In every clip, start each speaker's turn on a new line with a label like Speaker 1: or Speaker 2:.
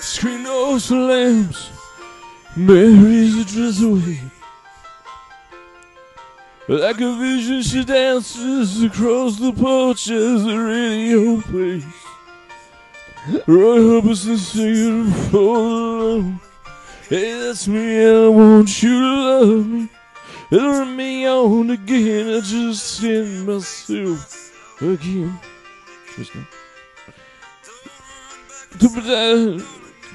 Speaker 1: Screen those lamps. Mary's a dress away. Like a vision, she dances across the porch as the radio plays. Roy Harbison singing for the love. Hey, that's me, and I want you to love me. Turn me on again, I just hit myself again. Just now. To put that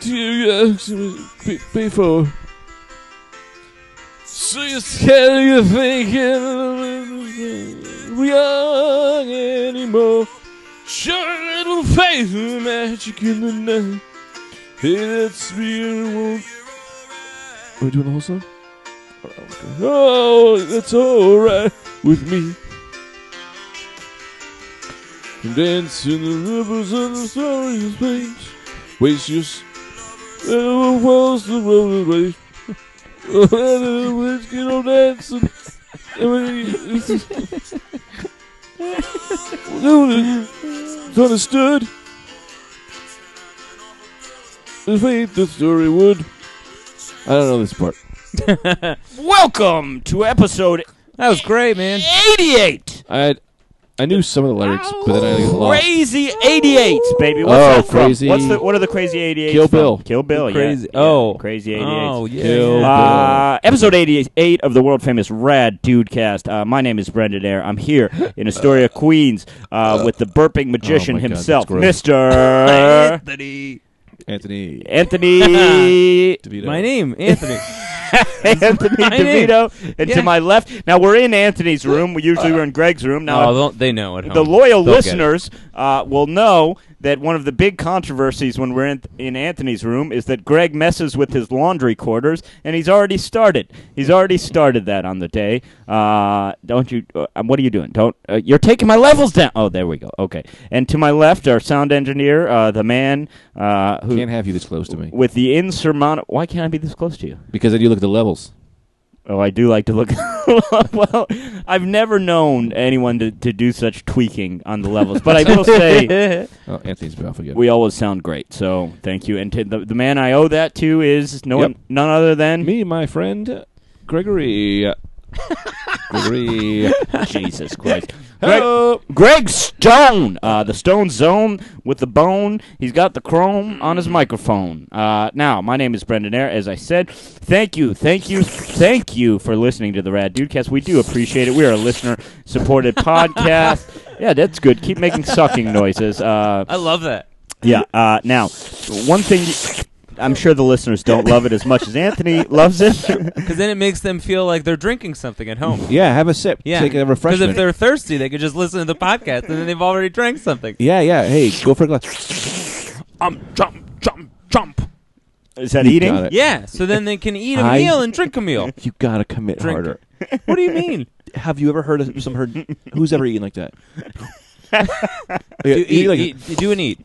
Speaker 1: to you, uh, p- people. So you're scared of your thinking we are young anymore. Sure, little faith in the magic in the night. Hey, that's me and I want. Are we doing the whole song? Oh, that's alright with me. Dance in the rivers and the stories of space. Waste your s- little walls the road away. Let's get on dancing. I mean, it's just- No, it's understood. If ain't the story would. I don't know this part.
Speaker 2: Welcome to episode
Speaker 3: That was great, man.
Speaker 2: 88.
Speaker 1: I I knew some of the lyrics, but then I lost.
Speaker 2: Crazy 88, baby. What's
Speaker 1: Oh,
Speaker 2: that from?
Speaker 1: crazy-
Speaker 2: What's the, what are the crazy 88?
Speaker 1: Kill
Speaker 2: from?
Speaker 1: Bill.
Speaker 2: Kill Bill, yeah.
Speaker 3: Crazy.
Speaker 2: Yeah,
Speaker 3: Oh.
Speaker 2: Crazy 88.
Speaker 3: Oh, yeah.
Speaker 1: Kill
Speaker 3: yeah.
Speaker 1: Bill.
Speaker 2: Uh, episode 88 of the world famous Rad Dude Cast. Uh, my name is Brendan Air. I'm here in Astoria, Queens, uh, with the burping magician
Speaker 1: oh my God,
Speaker 2: himself,
Speaker 1: that's
Speaker 2: Mr.
Speaker 3: Anthony.
Speaker 1: Anthony.
Speaker 2: Anthony.
Speaker 1: DeVito.
Speaker 3: My name, Anthony.
Speaker 2: Anthony
Speaker 3: My name.
Speaker 2: DeVito. And
Speaker 3: Yeah.
Speaker 2: to my left, now we're in Anthony's room. We usually
Speaker 1: Uh,
Speaker 2: were in Greg's room. Now
Speaker 3: oh, they know at home.
Speaker 2: the loyal
Speaker 3: They'll get it.
Speaker 2: listeners uh, will know that one of the big controversies when we're in, in Anthony's room is that Greg messes with his laundry quarters, and he's already started. He's already started that on the day. Uh, don't you? Uh, what are you doing? Don't. Uh, you're taking my levels down. Oh, there we go. Okay. And to my left, our sound engineer, uh, the man uh, who
Speaker 1: Can't have you this close to me
Speaker 2: with the insurmountable. Why can't I be this close to you?
Speaker 1: because then you look at the levels.
Speaker 2: Oh, I do like to look. well, I've never known anyone to, to do such tweaking on the levels, but I will say
Speaker 1: Oh, Anthony's off again.
Speaker 2: we always sound great. So thank you. And to the, the man I owe that to is no
Speaker 1: Yep.
Speaker 2: one, none other than
Speaker 1: me, my friend, Gregory. Gregory.
Speaker 2: Jesus Christ.
Speaker 1: Hello.
Speaker 2: Greg, Greg Stone, uh, the Stone Zone with the bone. He's got the chrome on his microphone. Uh, now, my name is Brendan Air. As I said, thank you, thank you, thank you for listening to the Rad Dudecast. We do appreciate it. We are a listener-supported podcast. Yeah, that's good. Keep making sucking noises. Uh,
Speaker 3: I love that.
Speaker 2: yeah. Uh, now, one thing. I'm sure the listeners don't love it as much as Anthony loves it.
Speaker 3: Because then it makes them feel like they're drinking something at home.
Speaker 1: Yeah, have a sip.
Speaker 3: Yeah.
Speaker 1: Take a
Speaker 3: Because
Speaker 1: refreshment.
Speaker 3: if they're thirsty, they could just listen to the podcast, and then they've already drank something.
Speaker 1: yeah, yeah. Hey, go for a glass.
Speaker 2: Um, jump, jump, jump. Is that eating?
Speaker 1: got it.
Speaker 3: Yeah, so then they can eat a
Speaker 1: I-
Speaker 3: meal and drink a meal.
Speaker 1: You gotta commit
Speaker 3: Drink.
Speaker 1: harder.
Speaker 3: What do you mean?
Speaker 1: Have you ever heard of some heard? Who's ever eaten like that? Yeah,
Speaker 3: Do,
Speaker 1: you
Speaker 3: eat,
Speaker 1: like-
Speaker 3: eat- do and eat.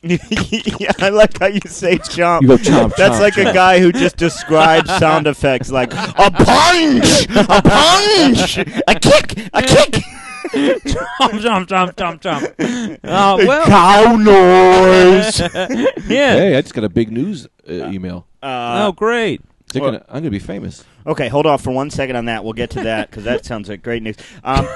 Speaker 2: yeah, I like how you say chomp.
Speaker 1: You go chomp,
Speaker 2: That's
Speaker 1: chomp,
Speaker 2: like
Speaker 1: chomp.
Speaker 2: a guy who just describes sound effects like a punch, a punch, a kick, a kick,
Speaker 3: Chomp, chomp, chomp, chomp, chomp. Uh, well,
Speaker 2: cow noise.
Speaker 3: yeah.
Speaker 1: Hey, I just got a big news uh, email.
Speaker 3: oh, great.
Speaker 1: They're
Speaker 2: well-
Speaker 1: gonna- I'm gonna be famous.
Speaker 2: Okay, hold off for one second on that. We'll get to that because that sounds like great news. Um,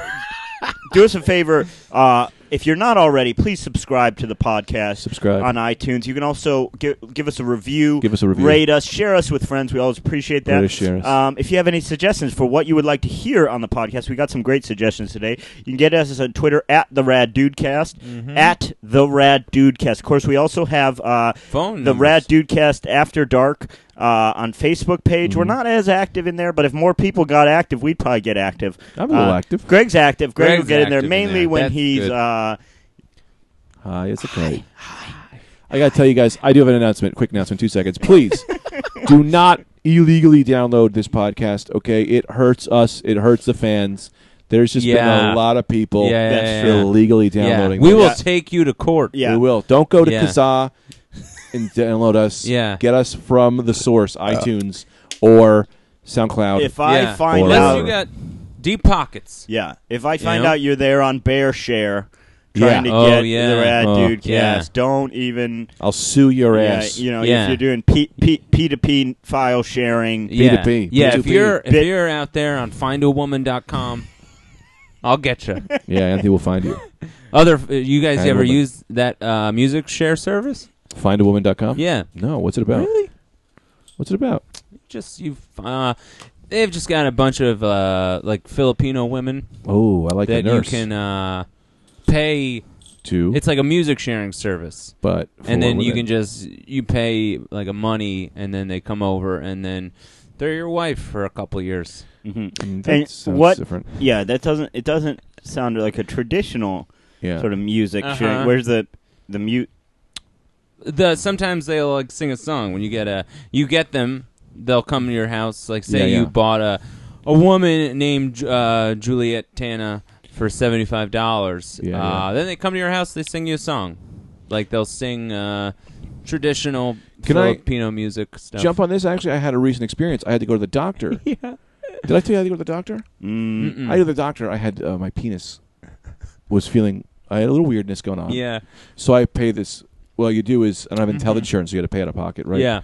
Speaker 2: do us a favor. Uh, if you're not already, please subscribe to the podcast.
Speaker 1: Subscribe.
Speaker 2: on iTunes. You can also give, give us a review.
Speaker 1: Give us a review.
Speaker 2: Rate us. Share us with friends. We always appreciate that.
Speaker 1: Rate us, share us.
Speaker 2: Um, if you have any suggestions for what you would like to hear on the podcast, we got some great suggestions today. You can get us on Twitter at the Rad Dudecast. At the Rad Dudecast. Of course, we also have uh,
Speaker 3: Phone
Speaker 2: the
Speaker 1: Mm,
Speaker 3: numbers.
Speaker 2: Rad Dudecast After Dark uh, on Facebook page. We're
Speaker 1: Mm-hmm.
Speaker 2: not as active in there, but if more people got active, we'd probably get active.
Speaker 1: I'm a little
Speaker 2: Uh,
Speaker 1: active.
Speaker 2: Greg's active. Greg will
Speaker 3: Greg's
Speaker 2: get in there
Speaker 3: active in
Speaker 2: mainly
Speaker 3: there.
Speaker 2: when
Speaker 3: That's
Speaker 2: he's.
Speaker 3: good.
Speaker 2: Uh,
Speaker 1: Hi, it's okay. I gotta tell you guys, I do have an announcement. Quick announcement, two seconds, please. do not illegally download this podcast. Okay, it hurts us. It hurts the fans. There's just been
Speaker 3: Yeah.
Speaker 1: a lot of people
Speaker 3: Yeah,
Speaker 1: that
Speaker 3: yeah, yeah.
Speaker 1: illegally downloading.
Speaker 3: We
Speaker 1: this.
Speaker 3: will
Speaker 2: Yeah.
Speaker 3: take you to court.
Speaker 2: yeah.
Speaker 1: We will. Don't go to
Speaker 3: Yeah.
Speaker 1: Kazaa and download us.
Speaker 3: Yeah.
Speaker 1: Get us from the source, iTunes or SoundCloud.
Speaker 2: If I
Speaker 3: Yeah.
Speaker 2: find
Speaker 1: Or-
Speaker 3: Unless
Speaker 2: out,
Speaker 3: you got deep pockets.
Speaker 2: yeah, if I
Speaker 3: You
Speaker 2: find
Speaker 3: know?
Speaker 2: out you're there on Bear Share, trying
Speaker 1: Yeah.
Speaker 2: to
Speaker 3: Oh,
Speaker 2: get
Speaker 3: yeah.
Speaker 2: the rad
Speaker 1: Oh.
Speaker 2: dude
Speaker 3: Yeah.
Speaker 2: cast. Don't even.
Speaker 1: I'll sue your
Speaker 2: yeah,
Speaker 1: ass.
Speaker 2: you know,
Speaker 3: Yeah.
Speaker 2: if you're doing P, P, P2P file sharing,
Speaker 3: yeah.
Speaker 1: P2P,
Speaker 3: Yeah, if
Speaker 1: P2P.
Speaker 3: you're if
Speaker 2: Bit-
Speaker 3: you're out there on findawoman.com, I'll get you.
Speaker 1: yeah, Anthony will find you.
Speaker 3: Other uh, you guys
Speaker 1: I
Speaker 3: ever
Speaker 1: will, but-
Speaker 3: use that uh, music share service?
Speaker 1: Findawoman.com?
Speaker 3: Yeah.
Speaker 1: No, what's it about?
Speaker 3: Really?
Speaker 1: What's it about?
Speaker 3: Just you uh they've just got a bunch of uh like Filipino women
Speaker 1: Oh, I like
Speaker 3: that
Speaker 1: the
Speaker 3: you
Speaker 1: nurse
Speaker 3: can uh pay
Speaker 1: too.
Speaker 3: it's like a music sharing service.
Speaker 1: but for
Speaker 3: and then you
Speaker 1: women.
Speaker 3: can just you pay like a money and then they come over and then they're your wife for a couple years.
Speaker 2: Mhm.
Speaker 1: Mm, that
Speaker 2: and
Speaker 1: sounds
Speaker 2: what-
Speaker 1: different.
Speaker 2: yeah, that doesn't it doesn't sound like a traditional
Speaker 1: Yeah.
Speaker 2: sort of music
Speaker 3: Uh-huh.
Speaker 2: sharing. Where's the the mute?
Speaker 3: The sometimes they'll like sing a song when you get a you get them they'll come to your house like say
Speaker 1: Yeah, yeah.
Speaker 3: you bought a a woman named Ju- uh, Juliet Tana for seventy five dollars.
Speaker 1: Yeah,
Speaker 3: uh,
Speaker 1: yeah.
Speaker 3: Then they come to your house they sing you a song, like they'll sing uh, traditional
Speaker 1: Can I
Speaker 3: Filipino music stuff.
Speaker 1: Jump on this. Actually, I had a recent experience. I had to go to the doctor.
Speaker 3: yeah.
Speaker 1: Did I tell you I had to go to the doctor?
Speaker 2: Mm,
Speaker 3: Mm-mm.
Speaker 1: I go to the doctor. I had uh, my penis was feeling. I had a little weirdness going on.
Speaker 3: yeah.
Speaker 1: So I pay this. Well, you do is, and I have health
Speaker 3: Mhm.
Speaker 1: insurance, so you got to pay out of pocket, right?
Speaker 3: Yeah.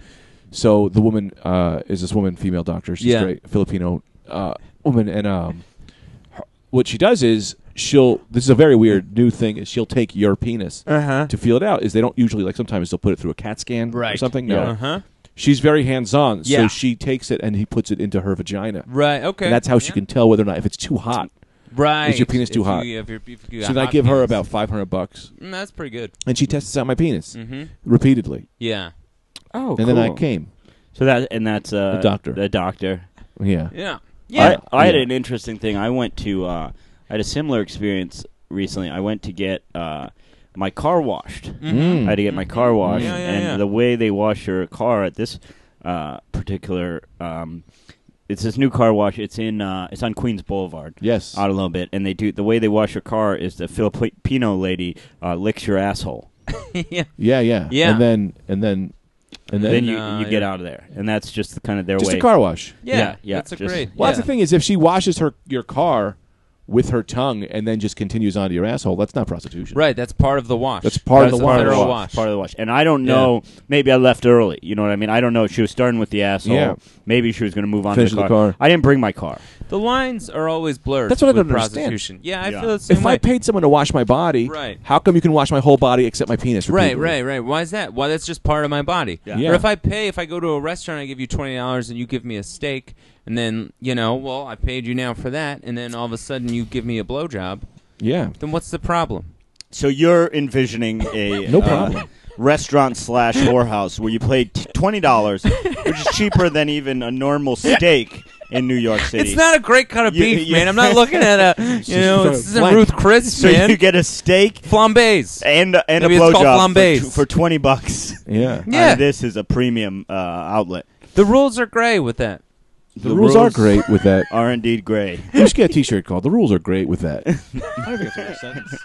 Speaker 1: So the woman uh, is this woman, female doctor. She's
Speaker 3: Yeah.
Speaker 1: great, Filipino uh, woman, and um, her- what she does is she'll. This is a very weird new thing. Is she'll take your penis
Speaker 3: Uh huh.
Speaker 1: to feel it out? Is they don't usually like sometimes they'll put it through a CAT scan or
Speaker 3: Right.
Speaker 1: something. No,
Speaker 3: Uh huh.
Speaker 1: she's very hands on. So
Speaker 3: Yeah.
Speaker 1: she takes it and he puts it into her vagina.
Speaker 3: Right. Okay.
Speaker 1: And that's how she
Speaker 3: Yeah.
Speaker 1: can tell whether or not if it's too hot.
Speaker 3: Right.
Speaker 1: Is your penis too
Speaker 3: If
Speaker 1: hot?
Speaker 3: You, if you're- if you got
Speaker 1: so then I
Speaker 3: hot
Speaker 1: give her
Speaker 3: penis.
Speaker 1: about five hundred bucks,
Speaker 3: Mm, that's pretty good.
Speaker 1: and she tests out my penis
Speaker 3: hmm
Speaker 1: repeatedly,
Speaker 3: Yeah.
Speaker 2: Oh,
Speaker 1: and then I came.
Speaker 2: So that and that's uh,
Speaker 1: The doctor.
Speaker 2: The doctor.
Speaker 1: Yeah.
Speaker 3: Yeah. Yeah.
Speaker 2: I, I had
Speaker 1: Yeah.
Speaker 2: an interesting thing. I went to. Uh, I had a similar experience recently. I went to get uh, my car washed.
Speaker 3: Mhm.
Speaker 1: Mm.
Speaker 2: I had to get my car washed,
Speaker 3: Yeah, yeah,
Speaker 2: and
Speaker 3: yeah.
Speaker 2: the way they wash your car at this uh, particular, um, it's this new car wash. It's in uh, it's on Queens Boulevard.
Speaker 1: Yes.
Speaker 2: Out a little bit, and they do the way they wash your car is the Filipino lady uh, licks your asshole.
Speaker 3: yeah.
Speaker 1: Yeah, yeah,
Speaker 3: Yeah.
Speaker 1: And then and then and then,
Speaker 2: Then, you
Speaker 3: uh,
Speaker 2: you get
Speaker 3: yeah.
Speaker 2: out of there, and that's just the, kind of their
Speaker 1: just
Speaker 2: way.
Speaker 1: a car wash.
Speaker 3: Yeah.
Speaker 2: Yeah, yeah,
Speaker 3: That's a
Speaker 2: just-
Speaker 3: great.
Speaker 1: Well,
Speaker 3: yeah.
Speaker 1: that's the thing is if she washes her your car with her tongue and then just continues onto your asshole, that's not prostitution.
Speaker 3: Right. That's part of the wash.
Speaker 1: That's part of
Speaker 3: That's
Speaker 1: the wash.
Speaker 3: federal
Speaker 2: Part
Speaker 3: wash.
Speaker 2: Part of the wash. And I don't
Speaker 3: Yeah.
Speaker 2: know. Maybe I left early. You know what I mean? I don't know. She was starting with the asshole.
Speaker 1: Yeah.
Speaker 2: Maybe she was going to move on
Speaker 1: Finish
Speaker 2: to
Speaker 1: the
Speaker 2: the car.
Speaker 1: car.
Speaker 2: I didn't bring my car.
Speaker 3: The lines are always blurred.
Speaker 1: That's what I
Speaker 3: with
Speaker 1: don't understand.
Speaker 3: prostitution. Yeah. I
Speaker 2: Yeah.
Speaker 3: feel the same
Speaker 1: If
Speaker 3: way.
Speaker 1: I paid someone to wash my body,
Speaker 3: Right.
Speaker 1: how come you can wash my whole body except my penis?
Speaker 3: Right,
Speaker 1: repeatedly?
Speaker 3: right, right. Why is that? Why that's just part of my body.
Speaker 2: Yeah.
Speaker 1: Yeah.
Speaker 3: Or if I pay, if I go to a restaurant, I give you twenty dollars, and you give me a steak, and then you know, well, I paid you now for that, and then all of a sudden you give me a blowjob.
Speaker 1: Yeah.
Speaker 3: Then what's the problem?
Speaker 2: So you're envisioning a
Speaker 1: No
Speaker 2: uh,
Speaker 1: problem.
Speaker 2: restaurant slash whorehouse where you pay t- twenty dollars, which is cheaper than even a normal steak in New York City.
Speaker 3: It's not a great cut of
Speaker 2: You-
Speaker 3: beef,
Speaker 2: you-
Speaker 3: man. I'm not looking at a you know, this isn't
Speaker 2: What?
Speaker 3: Ruth Chris,
Speaker 2: so
Speaker 3: man.
Speaker 2: you get a steak
Speaker 3: Flambés.
Speaker 2: and and
Speaker 3: Maybe
Speaker 2: a
Speaker 3: it's called
Speaker 2: blowjob
Speaker 3: flambés.
Speaker 2: for, tw- for twenty bucks.
Speaker 1: Yeah.
Speaker 2: I mean,
Speaker 3: Yeah.
Speaker 2: this is a premium uh, outlet.
Speaker 3: The rules are gray with that.
Speaker 1: The, rules are great with that.
Speaker 2: Are indeed gray.
Speaker 1: we should get a T-shirt called "The Rules Are Great" with that.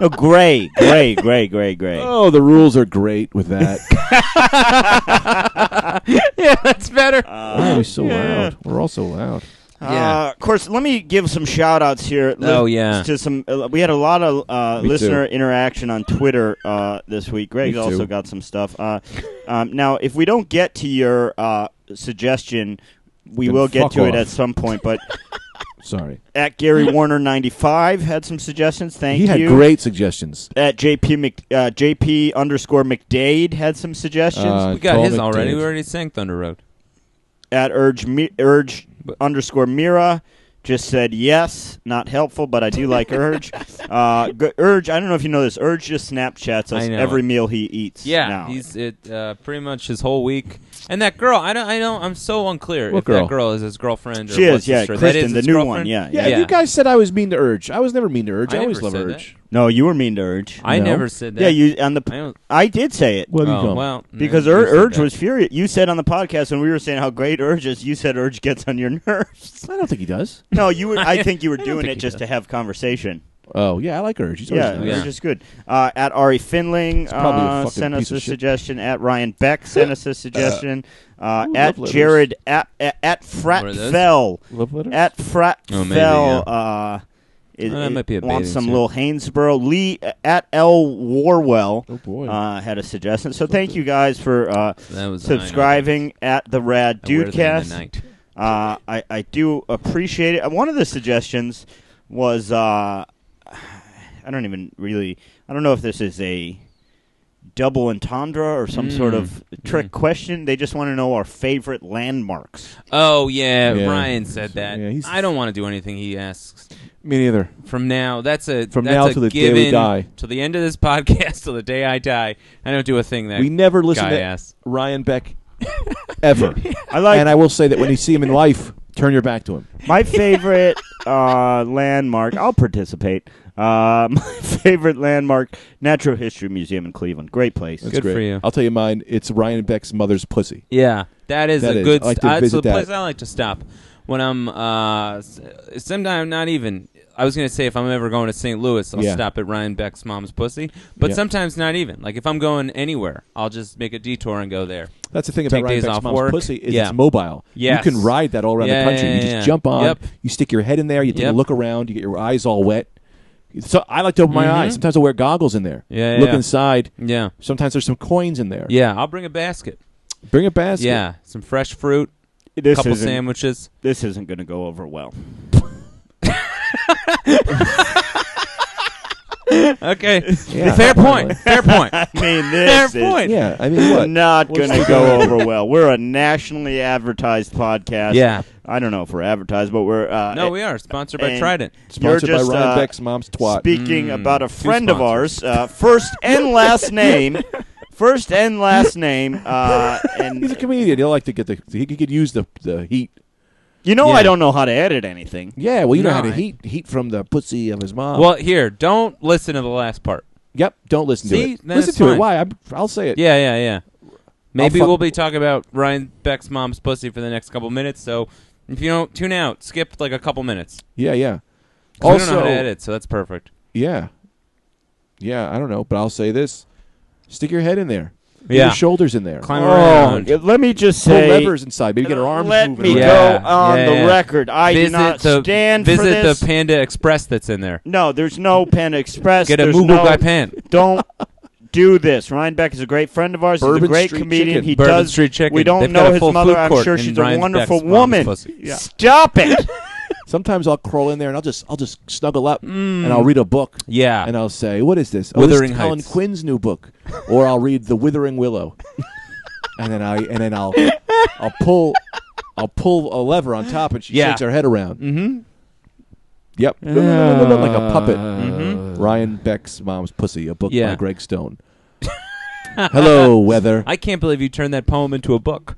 Speaker 2: No, gray, gray, gray, gray, gray.
Speaker 1: oh, the rules are great with that.
Speaker 3: yeah, that's better.
Speaker 1: Why are
Speaker 2: Uh,
Speaker 1: we so loud? We're all so loud.
Speaker 3: Yeah.
Speaker 2: Uh, of course, let me give some shout outs here. Li-
Speaker 3: Oh, yeah.
Speaker 2: To some, uh, we had a lot of uh,
Speaker 1: Me
Speaker 2: listener interaction on Twitter uh, this week. Greg's
Speaker 1: Me
Speaker 2: also
Speaker 1: too.
Speaker 2: got some stuff. Uh, um, now, if we don't get to your uh, suggestion, we
Speaker 1: Then
Speaker 2: will get
Speaker 1: fuck
Speaker 2: to it
Speaker 1: off.
Speaker 2: at some point. But
Speaker 1: Sorry.
Speaker 2: at Gary Warner ninety five had some suggestions. Thank
Speaker 1: he had
Speaker 2: you.
Speaker 1: great suggestions.
Speaker 2: at JP Mc, uh, JP underscore McDade had some suggestions.
Speaker 1: Uh,
Speaker 3: we got
Speaker 1: Tom
Speaker 3: his
Speaker 1: McDade.
Speaker 3: already. We already sang Thunder Road.
Speaker 2: at urge mi- urge
Speaker 3: But-
Speaker 2: underscore Mira just said yes. Not helpful, but I do like urge. Uh, g- urge. I don't know if you know this. Urge just Snapchats us
Speaker 3: I know.
Speaker 2: every meal he eats.
Speaker 3: Yeah,
Speaker 2: now.
Speaker 3: he's it uh, pretty much his whole week. And that girl, I don't, I don't, I'm so unclear
Speaker 1: What
Speaker 3: if
Speaker 1: girl?
Speaker 3: that girl is his girlfriend. Or
Speaker 2: she
Speaker 3: what's
Speaker 2: is. Yeah,
Speaker 3: his- that
Speaker 2: Kristen,
Speaker 3: is
Speaker 2: the
Speaker 3: his
Speaker 2: new one.
Speaker 3: girlfriend?
Speaker 2: Yeah,
Speaker 1: Yeah,
Speaker 3: Yeah.
Speaker 1: you guys said I was mean to urge. I was never mean to urge. I,
Speaker 3: I
Speaker 1: always
Speaker 3: never
Speaker 1: love
Speaker 3: said
Speaker 1: urge.
Speaker 2: No, you were mean to urge.
Speaker 3: I
Speaker 1: No.
Speaker 3: never said that.
Speaker 2: yeah, you on the.
Speaker 3: I
Speaker 2: p-
Speaker 3: don't,
Speaker 2: I did say it.
Speaker 1: Well, you
Speaker 3: oh,
Speaker 1: don't.
Speaker 3: well, no,
Speaker 2: Because
Speaker 3: you
Speaker 2: Ur-
Speaker 3: said
Speaker 2: Urge
Speaker 3: that.
Speaker 2: was furious. You said on the podcast when we were saying how great Urge is, you said Urge gets on your nerves.
Speaker 1: I don't think he does.
Speaker 2: No, you were. I think you were
Speaker 3: don't
Speaker 2: doing
Speaker 3: think
Speaker 2: it
Speaker 3: he
Speaker 2: just
Speaker 3: does.
Speaker 2: to have conversation.
Speaker 1: Oh yeah, I like urge. He's always
Speaker 2: Yeah,
Speaker 1: nice.
Speaker 2: they're
Speaker 3: Yeah.
Speaker 2: just good. Uh, at Ari Finling
Speaker 1: probably a
Speaker 2: uh,
Speaker 1: fucking
Speaker 2: sent
Speaker 1: piece
Speaker 2: us
Speaker 1: of
Speaker 2: a
Speaker 1: shit.
Speaker 2: suggestion. At Ryan Beck sent us a suggestion. Uh,
Speaker 1: Ooh,
Speaker 2: at
Speaker 1: love letters.
Speaker 2: Jared at at, at
Speaker 3: What
Speaker 2: Frat
Speaker 3: are those?
Speaker 2: Fell
Speaker 1: Love letter.
Speaker 2: at Frat
Speaker 3: Oh, maybe,
Speaker 2: Fell
Speaker 3: yeah.
Speaker 2: uh, It,
Speaker 3: Oh, that
Speaker 2: it
Speaker 3: might be a
Speaker 2: wants
Speaker 3: bathing
Speaker 2: some
Speaker 3: suit.
Speaker 2: little Hainsborough. Lee uh, at L Warwell
Speaker 1: Oh boy.
Speaker 2: uh, had a suggestion. So thank you guys for uh,
Speaker 3: That was an eye-opener.
Speaker 2: subscribing at the Rad
Speaker 3: I wear them in the
Speaker 2: Dudecast.
Speaker 3: night.
Speaker 2: Uh, I I do appreciate it. Uh, One of the suggestions was uh, I don't even really I don't know if this is a double entendre or some sort
Speaker 3: Mm.
Speaker 2: of trick question. They just want to know our favorite landmarks.
Speaker 3: Oh yeah,
Speaker 1: Yeah.
Speaker 3: Ryan said that.
Speaker 1: Yeah, he's-
Speaker 3: I don't want to do anything he asks.
Speaker 1: Me neither.
Speaker 3: From now, that's a
Speaker 1: From
Speaker 3: that's
Speaker 1: now
Speaker 3: a
Speaker 1: till the day
Speaker 3: given,
Speaker 1: we die.
Speaker 3: till the end of this podcast, till the day I die. I don't do a thing that
Speaker 1: We never listen
Speaker 3: guy
Speaker 1: to
Speaker 3: asks.
Speaker 1: Ryan Beck ever.
Speaker 2: I like
Speaker 1: and I will say that when you see him in life, turn your back to him.
Speaker 2: My favorite uh, landmark. I'll participate. Uh, my favorite landmark, Natural History Museum in Cleveland. Great place.
Speaker 1: That's
Speaker 3: Good
Speaker 1: great.
Speaker 3: for you.
Speaker 1: I'll tell you mine. It's Ryan Beck's mother's pussy.
Speaker 3: Yeah, that is
Speaker 1: That
Speaker 3: a
Speaker 1: is.
Speaker 3: good.
Speaker 1: I like to
Speaker 3: st- that's
Speaker 1: visit
Speaker 3: the place
Speaker 1: that.
Speaker 3: I like to stop when I'm. Uh, sometimes not even. I was gonna say if I'm ever going to St. Louis, I'll
Speaker 1: Yeah.
Speaker 3: stop at Ryan Beck's mom's pussy. But
Speaker 1: Yeah.
Speaker 3: sometimes not even. Like if I'm going anywhere, I'll just make a detour and go there.
Speaker 1: That's the thing
Speaker 3: Take
Speaker 1: about Ryan
Speaker 3: days
Speaker 1: Beck's
Speaker 3: off
Speaker 1: mom's
Speaker 3: work.
Speaker 1: pussy is
Speaker 3: Yeah.
Speaker 1: it's mobile.
Speaker 3: Yes.
Speaker 1: You can ride that all around
Speaker 3: Yeah,
Speaker 1: the country.
Speaker 3: yeah,
Speaker 1: you just
Speaker 3: yeah.
Speaker 1: jump on.
Speaker 3: Yep.
Speaker 1: You stick your head in there. You take
Speaker 3: Yep.
Speaker 1: a look around. You get your eyes all wet. So I like to open my
Speaker 3: Mhm.
Speaker 1: eyes. Sometimes I wear goggles in there.
Speaker 3: Yeah, yeah,
Speaker 1: Look
Speaker 3: yeah.
Speaker 1: inside.
Speaker 3: Yeah,
Speaker 1: Sometimes there's some coins in there.
Speaker 3: yeah. I'll bring a basket.
Speaker 1: Bring a basket.
Speaker 3: Yeah, some fresh fruit, a
Speaker 2: This
Speaker 3: couple
Speaker 2: isn't,
Speaker 3: sandwiches.
Speaker 2: This isn't going to go over well.
Speaker 3: Okay,
Speaker 1: Yeah.
Speaker 3: fair point. Fair point.
Speaker 2: I mean,
Speaker 3: Fair
Speaker 2: this is
Speaker 3: point.
Speaker 1: Yeah. I mean, what?
Speaker 2: not
Speaker 1: What's
Speaker 2: going to
Speaker 1: the-
Speaker 2: go over well. We're a nationally advertised podcast.
Speaker 3: Yeah.
Speaker 2: I don't know if we're advertised, but we're. Uh,
Speaker 3: No, we are sponsored by
Speaker 2: and-
Speaker 3: Trident.
Speaker 1: Sponsored
Speaker 2: You're just,
Speaker 1: by Ryan
Speaker 2: uh,
Speaker 1: Beck's mom's twat.
Speaker 2: Speaking
Speaker 3: Mm,
Speaker 2: about a
Speaker 3: two
Speaker 2: friend of ours,
Speaker 3: sponsors.
Speaker 2: uh, first and last name, first and last name, uh, and
Speaker 1: He's a comedian. He'll like to get the. He could use the the heat.
Speaker 2: you know
Speaker 3: Yeah.
Speaker 2: I don't know how to edit anything.
Speaker 1: Yeah. Well, you know
Speaker 3: No,
Speaker 1: how to
Speaker 3: I-
Speaker 1: heat heat from the pussy of his mom.
Speaker 3: Well, here, don't listen to the last part.
Speaker 1: Yep. Don't listen to
Speaker 3: See?
Speaker 1: it.
Speaker 3: Then
Speaker 1: listen
Speaker 3: it's
Speaker 1: to it.
Speaker 3: fine.
Speaker 1: Why? I'm, I'll say it.
Speaker 3: Yeah, yeah, yeah. Maybe
Speaker 1: fuck-
Speaker 3: we'll be talking about Ryan Beck's mom's pussy for the next couple minutes. So if you don't tune out, skip like a couple minutes.
Speaker 1: Yeah. Yeah.
Speaker 3: 'Cause we don't know how to edit, so that's perfect.
Speaker 1: yeah, yeah. I don't know, but I'll say this: stick your head in there. Get
Speaker 3: Yeah.
Speaker 1: your shoulders in there.
Speaker 3: Climb
Speaker 2: Oh,
Speaker 3: around.
Speaker 2: let me just
Speaker 1: Pull
Speaker 2: say,
Speaker 1: levers inside. Maybe get her arms
Speaker 2: let
Speaker 1: moving. around.
Speaker 2: me
Speaker 3: Yeah,
Speaker 2: go on
Speaker 3: yeah,
Speaker 2: the
Speaker 3: yeah.
Speaker 2: record. I do not
Speaker 3: the,
Speaker 2: stand
Speaker 3: visit
Speaker 2: for this.
Speaker 3: the Panda Express that's in there.
Speaker 2: no, there's no Panda Express.
Speaker 3: Get a
Speaker 2: there's
Speaker 3: Mugu
Speaker 2: no-
Speaker 3: by Pan.
Speaker 2: Don't do this. Ryan Beck is a great friend of ours. he's a
Speaker 1: Bourbon
Speaker 2: great
Speaker 1: Street
Speaker 2: comedian.
Speaker 1: Chicken.
Speaker 2: He
Speaker 3: Bourbon
Speaker 2: does.
Speaker 3: Street Chicken.
Speaker 2: We don't
Speaker 3: They've got
Speaker 2: know
Speaker 3: a
Speaker 2: his
Speaker 3: full
Speaker 2: mother.
Speaker 3: food
Speaker 2: I'm
Speaker 3: court
Speaker 2: sure
Speaker 3: in
Speaker 2: she's
Speaker 3: Ryan
Speaker 2: a wonderful
Speaker 3: Beck's mom's
Speaker 2: woman.
Speaker 3: pussy.
Speaker 2: Stop it.
Speaker 1: Sometimes I'll crawl in there and I'll just I'll just snuggle up
Speaker 3: Mm.
Speaker 1: and I'll read a book
Speaker 3: Yeah.
Speaker 1: and I'll say, "What is this?" Oh, this is
Speaker 3: Ah. Wuthering
Speaker 1: Helen
Speaker 3: Heights.
Speaker 1: Quinn's new book, or I'll read The Withering Willow, and then I and then I'll I'll pull I'll pull a lever on top and she
Speaker 3: Yeah.
Speaker 1: shakes her head around.
Speaker 3: mm-hmm. Uh,
Speaker 1: Yep, like a puppet. Ryan Beck's Mom's Pussy, a book
Speaker 3: mm-hmm. Yeah.
Speaker 1: by Greg Stone. Hello, weather.
Speaker 3: I can't believe you turned that poem into a book.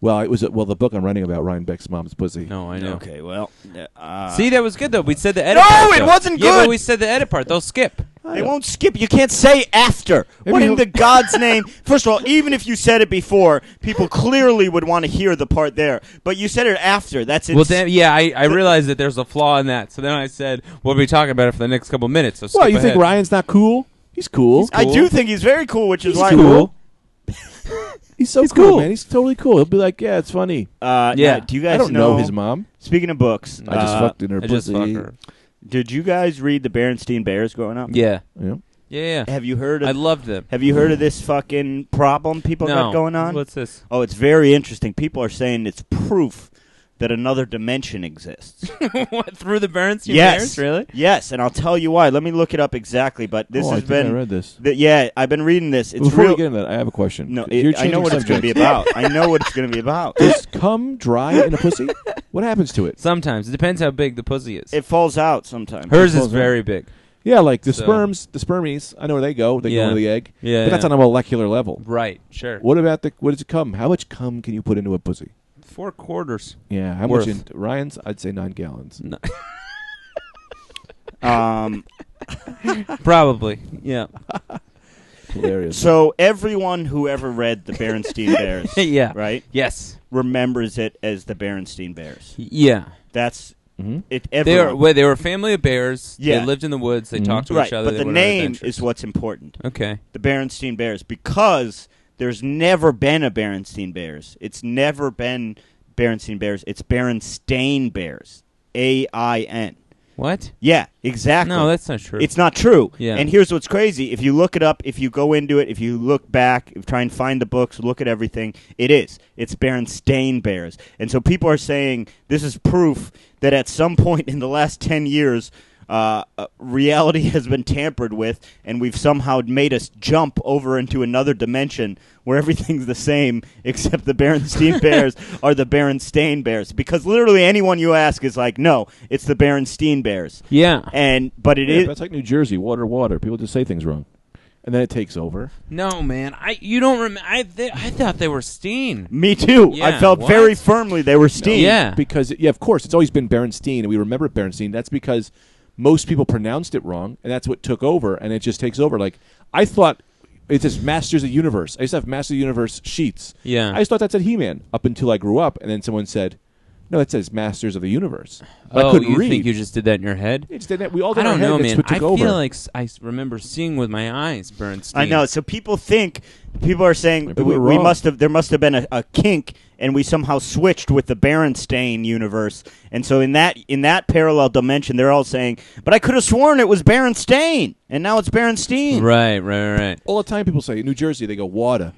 Speaker 1: Well, it was a, well the book I'm writing about Ryan Beck's Mom's Pussy.
Speaker 3: No, I know.
Speaker 2: Okay, well, uh,
Speaker 3: See, that was good though. We said the edit.
Speaker 2: No,
Speaker 3: part,
Speaker 2: it
Speaker 3: though.
Speaker 2: wasn't
Speaker 3: Yeah,
Speaker 2: good.
Speaker 3: but we said the edit part. They'll skip.
Speaker 2: They won't skip. You can't say after.
Speaker 1: Maybe
Speaker 2: what in
Speaker 1: he'll-
Speaker 2: the God's name? First of all, even if you said it before, people clearly would want to hear the part there. But you said it after. That's it.
Speaker 3: Well, then, yeah, I, I realized that there's a flaw in that. So then I said, we'll be talking about it for the next couple minutes. So skip
Speaker 1: Well, you think
Speaker 3: ahead.
Speaker 1: Ryan's not cool? He's cool. He's,
Speaker 2: I
Speaker 3: cool.
Speaker 2: do think he's very cool, which is why.
Speaker 1: so
Speaker 2: He's
Speaker 1: cool,
Speaker 2: cool.
Speaker 1: man. He's totally cool. He'll be like, yeah, it's funny.
Speaker 2: Uh,
Speaker 3: Yeah.
Speaker 2: now, do you guys
Speaker 1: I don't know,
Speaker 2: know,
Speaker 1: his mom.
Speaker 2: Speaking of books,
Speaker 1: I just
Speaker 2: uh,
Speaker 1: fucked in her
Speaker 3: I
Speaker 1: pussy.
Speaker 3: just fuck her.
Speaker 2: Did you guys read the Berenstain Bears growing up?
Speaker 3: Yeah.
Speaker 1: Yeah.
Speaker 3: Yeah, yeah.
Speaker 2: Have you heard
Speaker 3: I
Speaker 2: of?
Speaker 3: loved them.
Speaker 2: have you heard of this fucking problem people
Speaker 3: no.
Speaker 2: got going on?
Speaker 3: What's this?
Speaker 2: Oh, it's very interesting. People are saying it's proof that another dimension exists.
Speaker 3: what, through the Berenstain
Speaker 2: Yes.
Speaker 3: Bears? Really?
Speaker 2: yes, and I'll tell you why. Let me look it up exactly. But this
Speaker 1: oh, I
Speaker 2: has
Speaker 1: think
Speaker 2: been
Speaker 1: I read this.
Speaker 2: Th- yeah, I've been reading this. It's
Speaker 1: Before
Speaker 2: real.
Speaker 1: we get into that, I have a question.
Speaker 2: no,
Speaker 1: If
Speaker 2: it-
Speaker 1: You're
Speaker 2: I know
Speaker 1: changing
Speaker 2: what it's going to be
Speaker 1: subjects,
Speaker 2: about. I know what it's going to be about.
Speaker 1: Does cum dry in a pussy? What happens to it?
Speaker 3: Sometimes. It depends how big the pussy is.
Speaker 2: It falls out sometimes.
Speaker 3: Hers is
Speaker 1: Well, then-
Speaker 3: very big.
Speaker 1: Yeah, like the
Speaker 3: So-
Speaker 1: sperms, the spermies. I know where they go. They
Speaker 3: Yeah.
Speaker 1: go into the egg.
Speaker 3: Yeah,
Speaker 1: but that's
Speaker 3: yeah.
Speaker 1: on a molecular level.
Speaker 3: Right, sure.
Speaker 1: What about the what does it come? How much cum can you put into a pussy?
Speaker 3: Four quarters.
Speaker 1: Yeah, how
Speaker 3: Worth.
Speaker 1: much? In, Ryan's, I'd say nine gallons.
Speaker 2: Um,
Speaker 3: Probably. Yeah.
Speaker 1: Hilarious.
Speaker 2: so everyone who ever read the Berenstain Bears,
Speaker 3: yeah.
Speaker 2: right,
Speaker 3: Yes.
Speaker 2: remembers it as the Berenstain Bears.
Speaker 3: Yeah.
Speaker 2: That's
Speaker 1: Mhm.
Speaker 2: it.
Speaker 3: They were,
Speaker 2: Everyone.
Speaker 3: well, they were a family of bears.
Speaker 2: Yeah. Mm-hmm.
Speaker 3: They lived in the woods. They
Speaker 1: Mhm.
Speaker 3: talked to
Speaker 2: right,
Speaker 3: each other.
Speaker 2: but
Speaker 3: They
Speaker 2: the
Speaker 3: went on
Speaker 2: name
Speaker 3: adventures.
Speaker 2: is what's important.
Speaker 3: Okay.
Speaker 2: The Berenstain Bears, because there's never been a Berenstain Bears. It's never been Berenstain Bears. It's Berenstain Bears. A I N.
Speaker 3: What?
Speaker 2: Yeah, exactly.
Speaker 3: No, that's not true.
Speaker 2: It's not true.
Speaker 3: Yeah.
Speaker 2: And here's what's crazy. If you look it up, if you go into it, if you look back, if try and find the books, look at everything, it is. It's Berenstain Bears. And so people are saying this is proof that at some point in the last 10 years, uh, uh, reality has been tampered with, and we've somehow made us jump over into another dimension where everything's the same, except the Berenstain Bears are the Berenstain Bears. Because literally anyone you ask is like, no, it's the Berenstain Bears.
Speaker 3: yeah.
Speaker 2: And but it
Speaker 1: Yeah,
Speaker 2: is.
Speaker 1: that's like New Jersey, water, water. People just say things wrong, and then it takes over.
Speaker 3: No, man. I you don't remember. I th- I thought they were Steen.
Speaker 2: Me too. I
Speaker 3: Yeah,
Speaker 2: felt
Speaker 3: what?
Speaker 2: very firmly they were Steen.
Speaker 3: Yeah.
Speaker 1: because yeah, of course, it's always been Berenstein, and we remember Berenstein. That's because most people pronounced it wrong, and that's what took over, and it just takes over. Like I thought, it's just Masters of the Universe. I used to have Masters of the Universe sheets.
Speaker 3: Yeah.
Speaker 1: I just thought that said He Man up until I grew up, and then someone said, "No, that says Masters of the Universe." But
Speaker 3: oh,
Speaker 1: I couldn't
Speaker 3: you
Speaker 1: read.
Speaker 3: think you just did that in your head?
Speaker 1: It's that- we all did
Speaker 3: I
Speaker 1: in our
Speaker 3: don't
Speaker 1: head,
Speaker 3: know,
Speaker 1: and that's
Speaker 3: man.
Speaker 1: what
Speaker 3: I
Speaker 1: took over.
Speaker 3: feel like s- I s- remember seeing with my eyes Bernstein.
Speaker 2: I know. So people think people are saying
Speaker 1: Maybe
Speaker 2: we,
Speaker 1: we're
Speaker 2: we
Speaker 1: wrong.
Speaker 2: must have there must have been a, a kink and we somehow switched with the Berenstain universe. And so in that in that parallel dimension they're all saying, But I could have sworn it was Berenstain and now it's Berenstein.
Speaker 3: Right, right, right.
Speaker 1: all the time people say in New Jersey they go water.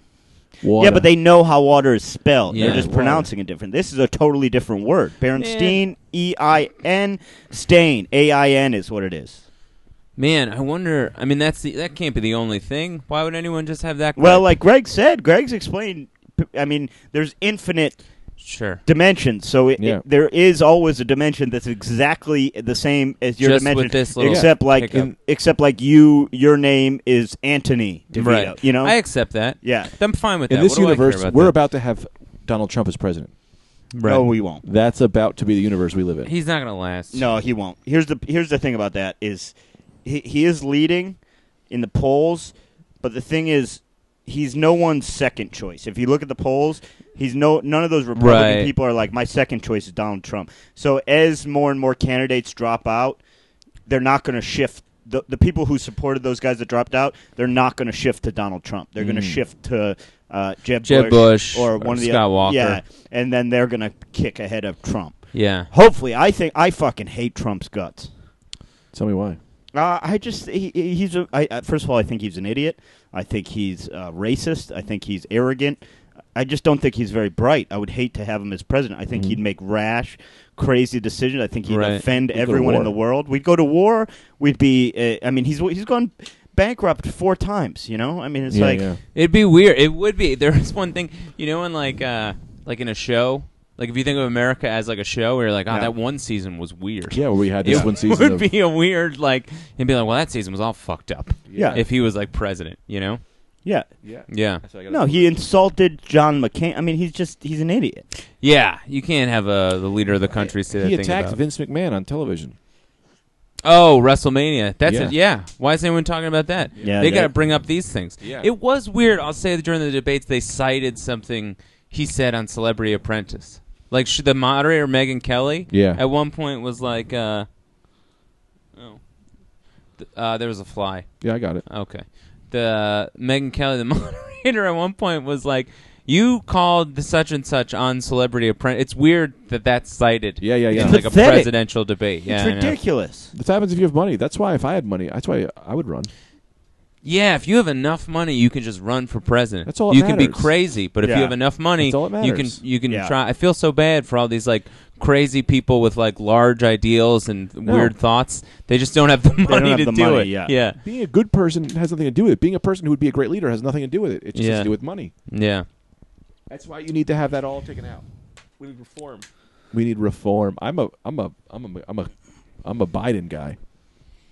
Speaker 1: water.
Speaker 2: Yeah, but they know how water is spelled.
Speaker 3: Yeah.
Speaker 2: They're just
Speaker 1: Water.
Speaker 2: pronouncing it different. This is a totally different word. Berenstein, E I N, Stain, A I N is what it is.
Speaker 3: Man, I wonder. I mean, that's the that can't be the only thing. Why would anyone just have that?
Speaker 2: Well,
Speaker 3: correct?
Speaker 2: like Greg said, Greg's explained. p- I mean, there's infinite
Speaker 3: sure.
Speaker 2: dimensions, so it,
Speaker 1: Yeah.
Speaker 2: it- there is always a dimension that's exactly the same as your
Speaker 3: Just
Speaker 2: dimension,
Speaker 3: with this little
Speaker 2: except like
Speaker 3: hiccup.
Speaker 2: in- except like you, your name is Anthony DeVito.
Speaker 3: Right.
Speaker 2: You know,
Speaker 3: I accept that.
Speaker 2: yeah.
Speaker 3: I'm fine with
Speaker 1: in
Speaker 3: that.
Speaker 1: this
Speaker 3: What do I care
Speaker 1: universe
Speaker 3: about
Speaker 1: we're
Speaker 3: that?
Speaker 1: about to have Donald Trump as president.
Speaker 3: Right.
Speaker 2: No, we won't.
Speaker 1: That's about to be the universe we live in.
Speaker 3: He's not gonna last.
Speaker 2: No, he won't. Here's the here's the thing about that is he he is leading in the polls, but the thing is he's no one's second choice. If you look at the polls, he's no none of those Republican
Speaker 3: Right.
Speaker 2: people are like my second choice is Donald Trump. So as more and more candidates drop out, they're not going to shift the the people who supported those guys that dropped out, they're not going to shift to Donald Trump. They're going to
Speaker 1: Mm.
Speaker 2: shift to uh, Jeb,
Speaker 3: Jeb
Speaker 2: Bush,
Speaker 3: Bush
Speaker 2: or
Speaker 3: or
Speaker 2: one of the
Speaker 3: Scott
Speaker 2: oth-
Speaker 3: Walker.
Speaker 2: Yeah, and then they're going to kick ahead of Trump.
Speaker 3: Yeah.
Speaker 2: Hopefully, I think I fucking hate Trump's guts.
Speaker 1: Tell me why.
Speaker 2: Uh, I just he, he- he's a, I, I, first of all, I think he's an idiot. I think he's uh, racist. I think he's arrogant. I just don't think he's very bright. I would hate to have him as president. I think he'd make rash, crazy decisions. I think he'd
Speaker 3: Mm-hmm. Right.
Speaker 2: offend
Speaker 1: to
Speaker 2: everyone in
Speaker 1: war.
Speaker 2: the world. We'd go to war. We'd be. Uh, I mean, he's he's gone bankrupt four times. You know. I mean, it's
Speaker 1: yeah,
Speaker 2: like
Speaker 1: yeah.
Speaker 3: It'd be weird. It would be. There is one thing, you know, in like uh like in a show, like if you think of America as like a show, where you're like, oh,
Speaker 2: Yeah.
Speaker 3: that one season was weird.
Speaker 1: Yeah, we had this
Speaker 3: It
Speaker 1: one season.
Speaker 3: would
Speaker 1: of,
Speaker 3: be a weird like and be like, well, that season was all fucked up.
Speaker 2: Yeah.
Speaker 3: If he was like president, you know.
Speaker 2: yeah.
Speaker 1: yeah.
Speaker 3: Yeah.
Speaker 2: No, he insulted John McCain. I mean, he's just he's an idiot.
Speaker 3: Yeah. You can't have uh, the leader of the country say that
Speaker 1: he
Speaker 3: thing
Speaker 1: attacked
Speaker 3: about-
Speaker 1: Vince McMahon on television.
Speaker 3: Oh, WrestleMania. That's
Speaker 1: Yeah.
Speaker 3: it. Yeah. Why is anyone talking about that?
Speaker 2: Yeah,
Speaker 3: they
Speaker 2: that-
Speaker 3: got to bring up these things.
Speaker 1: Yeah.
Speaker 3: It was weird. I'll say that during the debates, they cited something he said on Celebrity Apprentice. Like sh- the moderator Megan Kelly.
Speaker 1: Yeah.
Speaker 3: At one point was like, uh, oh, Th- uh, there was a fly.
Speaker 1: Yeah, I got it.
Speaker 3: Okay. The Megan Kelly, the moderator, at one point was like, "You called the such and such on Celebrity Apprentice." It's weird that that's cited.
Speaker 1: Yeah, yeah,
Speaker 3: in,
Speaker 1: yeah.
Speaker 2: It's
Speaker 3: like a
Speaker 2: pathetic.
Speaker 3: presidential debate. Yeah, I
Speaker 2: it's
Speaker 3: know.
Speaker 2: ridiculous.
Speaker 1: This happens if you have money. That's why if I had money, that's why I would run.
Speaker 3: Yeah, if you have enough money, you can just run for president.
Speaker 1: That's all that
Speaker 3: You can be
Speaker 1: matters.
Speaker 3: crazy, but if
Speaker 2: Yeah.
Speaker 3: you have enough money,
Speaker 1: That's all that
Speaker 3: you can
Speaker 1: matters.
Speaker 3: you can
Speaker 2: Yeah.
Speaker 3: try. I feel so bad for all these like crazy people with like large ideals and weird thoughts. They just don't have the money
Speaker 2: have
Speaker 3: to
Speaker 2: the
Speaker 3: do
Speaker 2: money,
Speaker 3: it.
Speaker 2: yeah.
Speaker 3: yeah,
Speaker 1: Being a good person has nothing to do with it. Being a person who would be a great leader has nothing to do with it. It just has
Speaker 3: Yeah.
Speaker 1: to do with money.
Speaker 3: yeah.
Speaker 1: That's why you need to have that all taken out. We need reform. We need reform. I'm a I'm a I'm a I'm a I'm a Biden guy.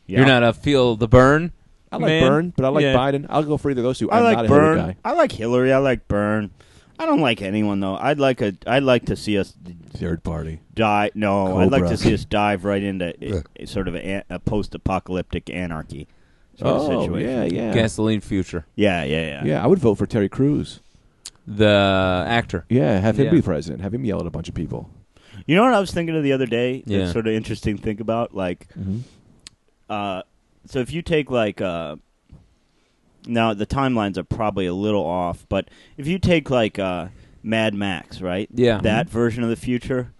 Speaker 3: You're not a feel the burn.
Speaker 1: I like
Speaker 3: man.
Speaker 1: Byrne, but I like
Speaker 3: Yeah.
Speaker 1: Biden. I'll go for either of those two.
Speaker 2: I
Speaker 1: am
Speaker 2: like
Speaker 1: not a Hillary
Speaker 2: Burn.
Speaker 1: guy.
Speaker 2: I like Hillary. I like Burn. I don't like anyone though. I'd like a. I'd like to see us d-
Speaker 1: Third party.
Speaker 2: die. No, I'd like to
Speaker 1: Cobra.
Speaker 2: see us dive right into i i- sort of a, a post-apocalyptic anarchy sort of
Speaker 1: Oh
Speaker 2: situation.
Speaker 1: yeah, yeah,
Speaker 3: Gasoline future.
Speaker 2: yeah, yeah, yeah.
Speaker 1: yeah. I would vote for Terry Crews.
Speaker 3: The actor.
Speaker 1: Yeah, have him
Speaker 3: Yeah.
Speaker 1: be president. Have him yell at a bunch of people.
Speaker 2: You know what I was thinking of the other day? That's
Speaker 3: Yeah.
Speaker 2: sort of interesting. to Think about like,
Speaker 1: Mm-hmm.
Speaker 2: uh, so if you take like, uh, now the timelines are probably a little off, but if you take like uh, Mad Max, right?
Speaker 3: Yeah.
Speaker 2: that version of the future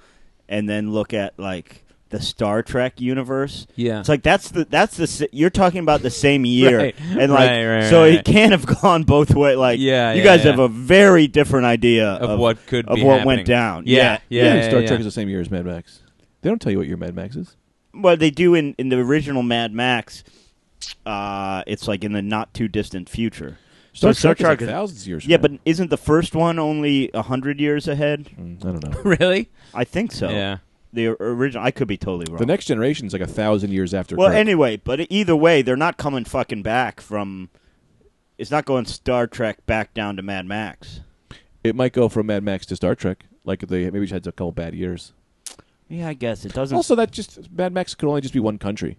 Speaker 2: and then look at like the Star Trek universe.
Speaker 3: Yeah.
Speaker 2: It's like that's the that's the s- you're talking about the same year,
Speaker 3: Uh. Right.
Speaker 2: and like
Speaker 3: Right, right,
Speaker 2: so
Speaker 3: right.
Speaker 2: it can't have gone both way. Like
Speaker 3: Yeah,
Speaker 2: you
Speaker 3: yeah,
Speaker 2: guys
Speaker 3: yeah.
Speaker 2: have a very different idea
Speaker 3: Of what could
Speaker 2: of
Speaker 3: be
Speaker 2: what
Speaker 3: happening.
Speaker 2: went down.
Speaker 3: Yeah, yeah, yeah,
Speaker 1: Star
Speaker 3: yeah.
Speaker 1: Trek is the same year as Mad Max. They don't tell you what your Mad Max is.
Speaker 2: well they do in in the original Mad Max. Uh, it's like in the not too distant future.
Speaker 1: Star,
Speaker 2: So Star
Speaker 1: Trek, is like
Speaker 2: Trek is-
Speaker 1: thousands of years.
Speaker 2: Yeah, but
Speaker 1: from
Speaker 2: isn't the first one only a hundred years ahead?
Speaker 1: now. Mm, I don't know.
Speaker 3: really?
Speaker 2: I think so.
Speaker 3: Yeah.
Speaker 2: The or- original. I could be totally wrong.
Speaker 1: The Next Generation is like a thousand years after.
Speaker 2: well,
Speaker 1: Kirk.
Speaker 2: anyway, but either way, they're not coming fucking back from. It's not going Star Trek back down to Mad Max.
Speaker 1: it might go from Mad Max to Star Trek. Like they maybe had a couple bad years.
Speaker 2: Yeah, I guess it doesn't.
Speaker 1: Also, that just Mad Max could only just be one country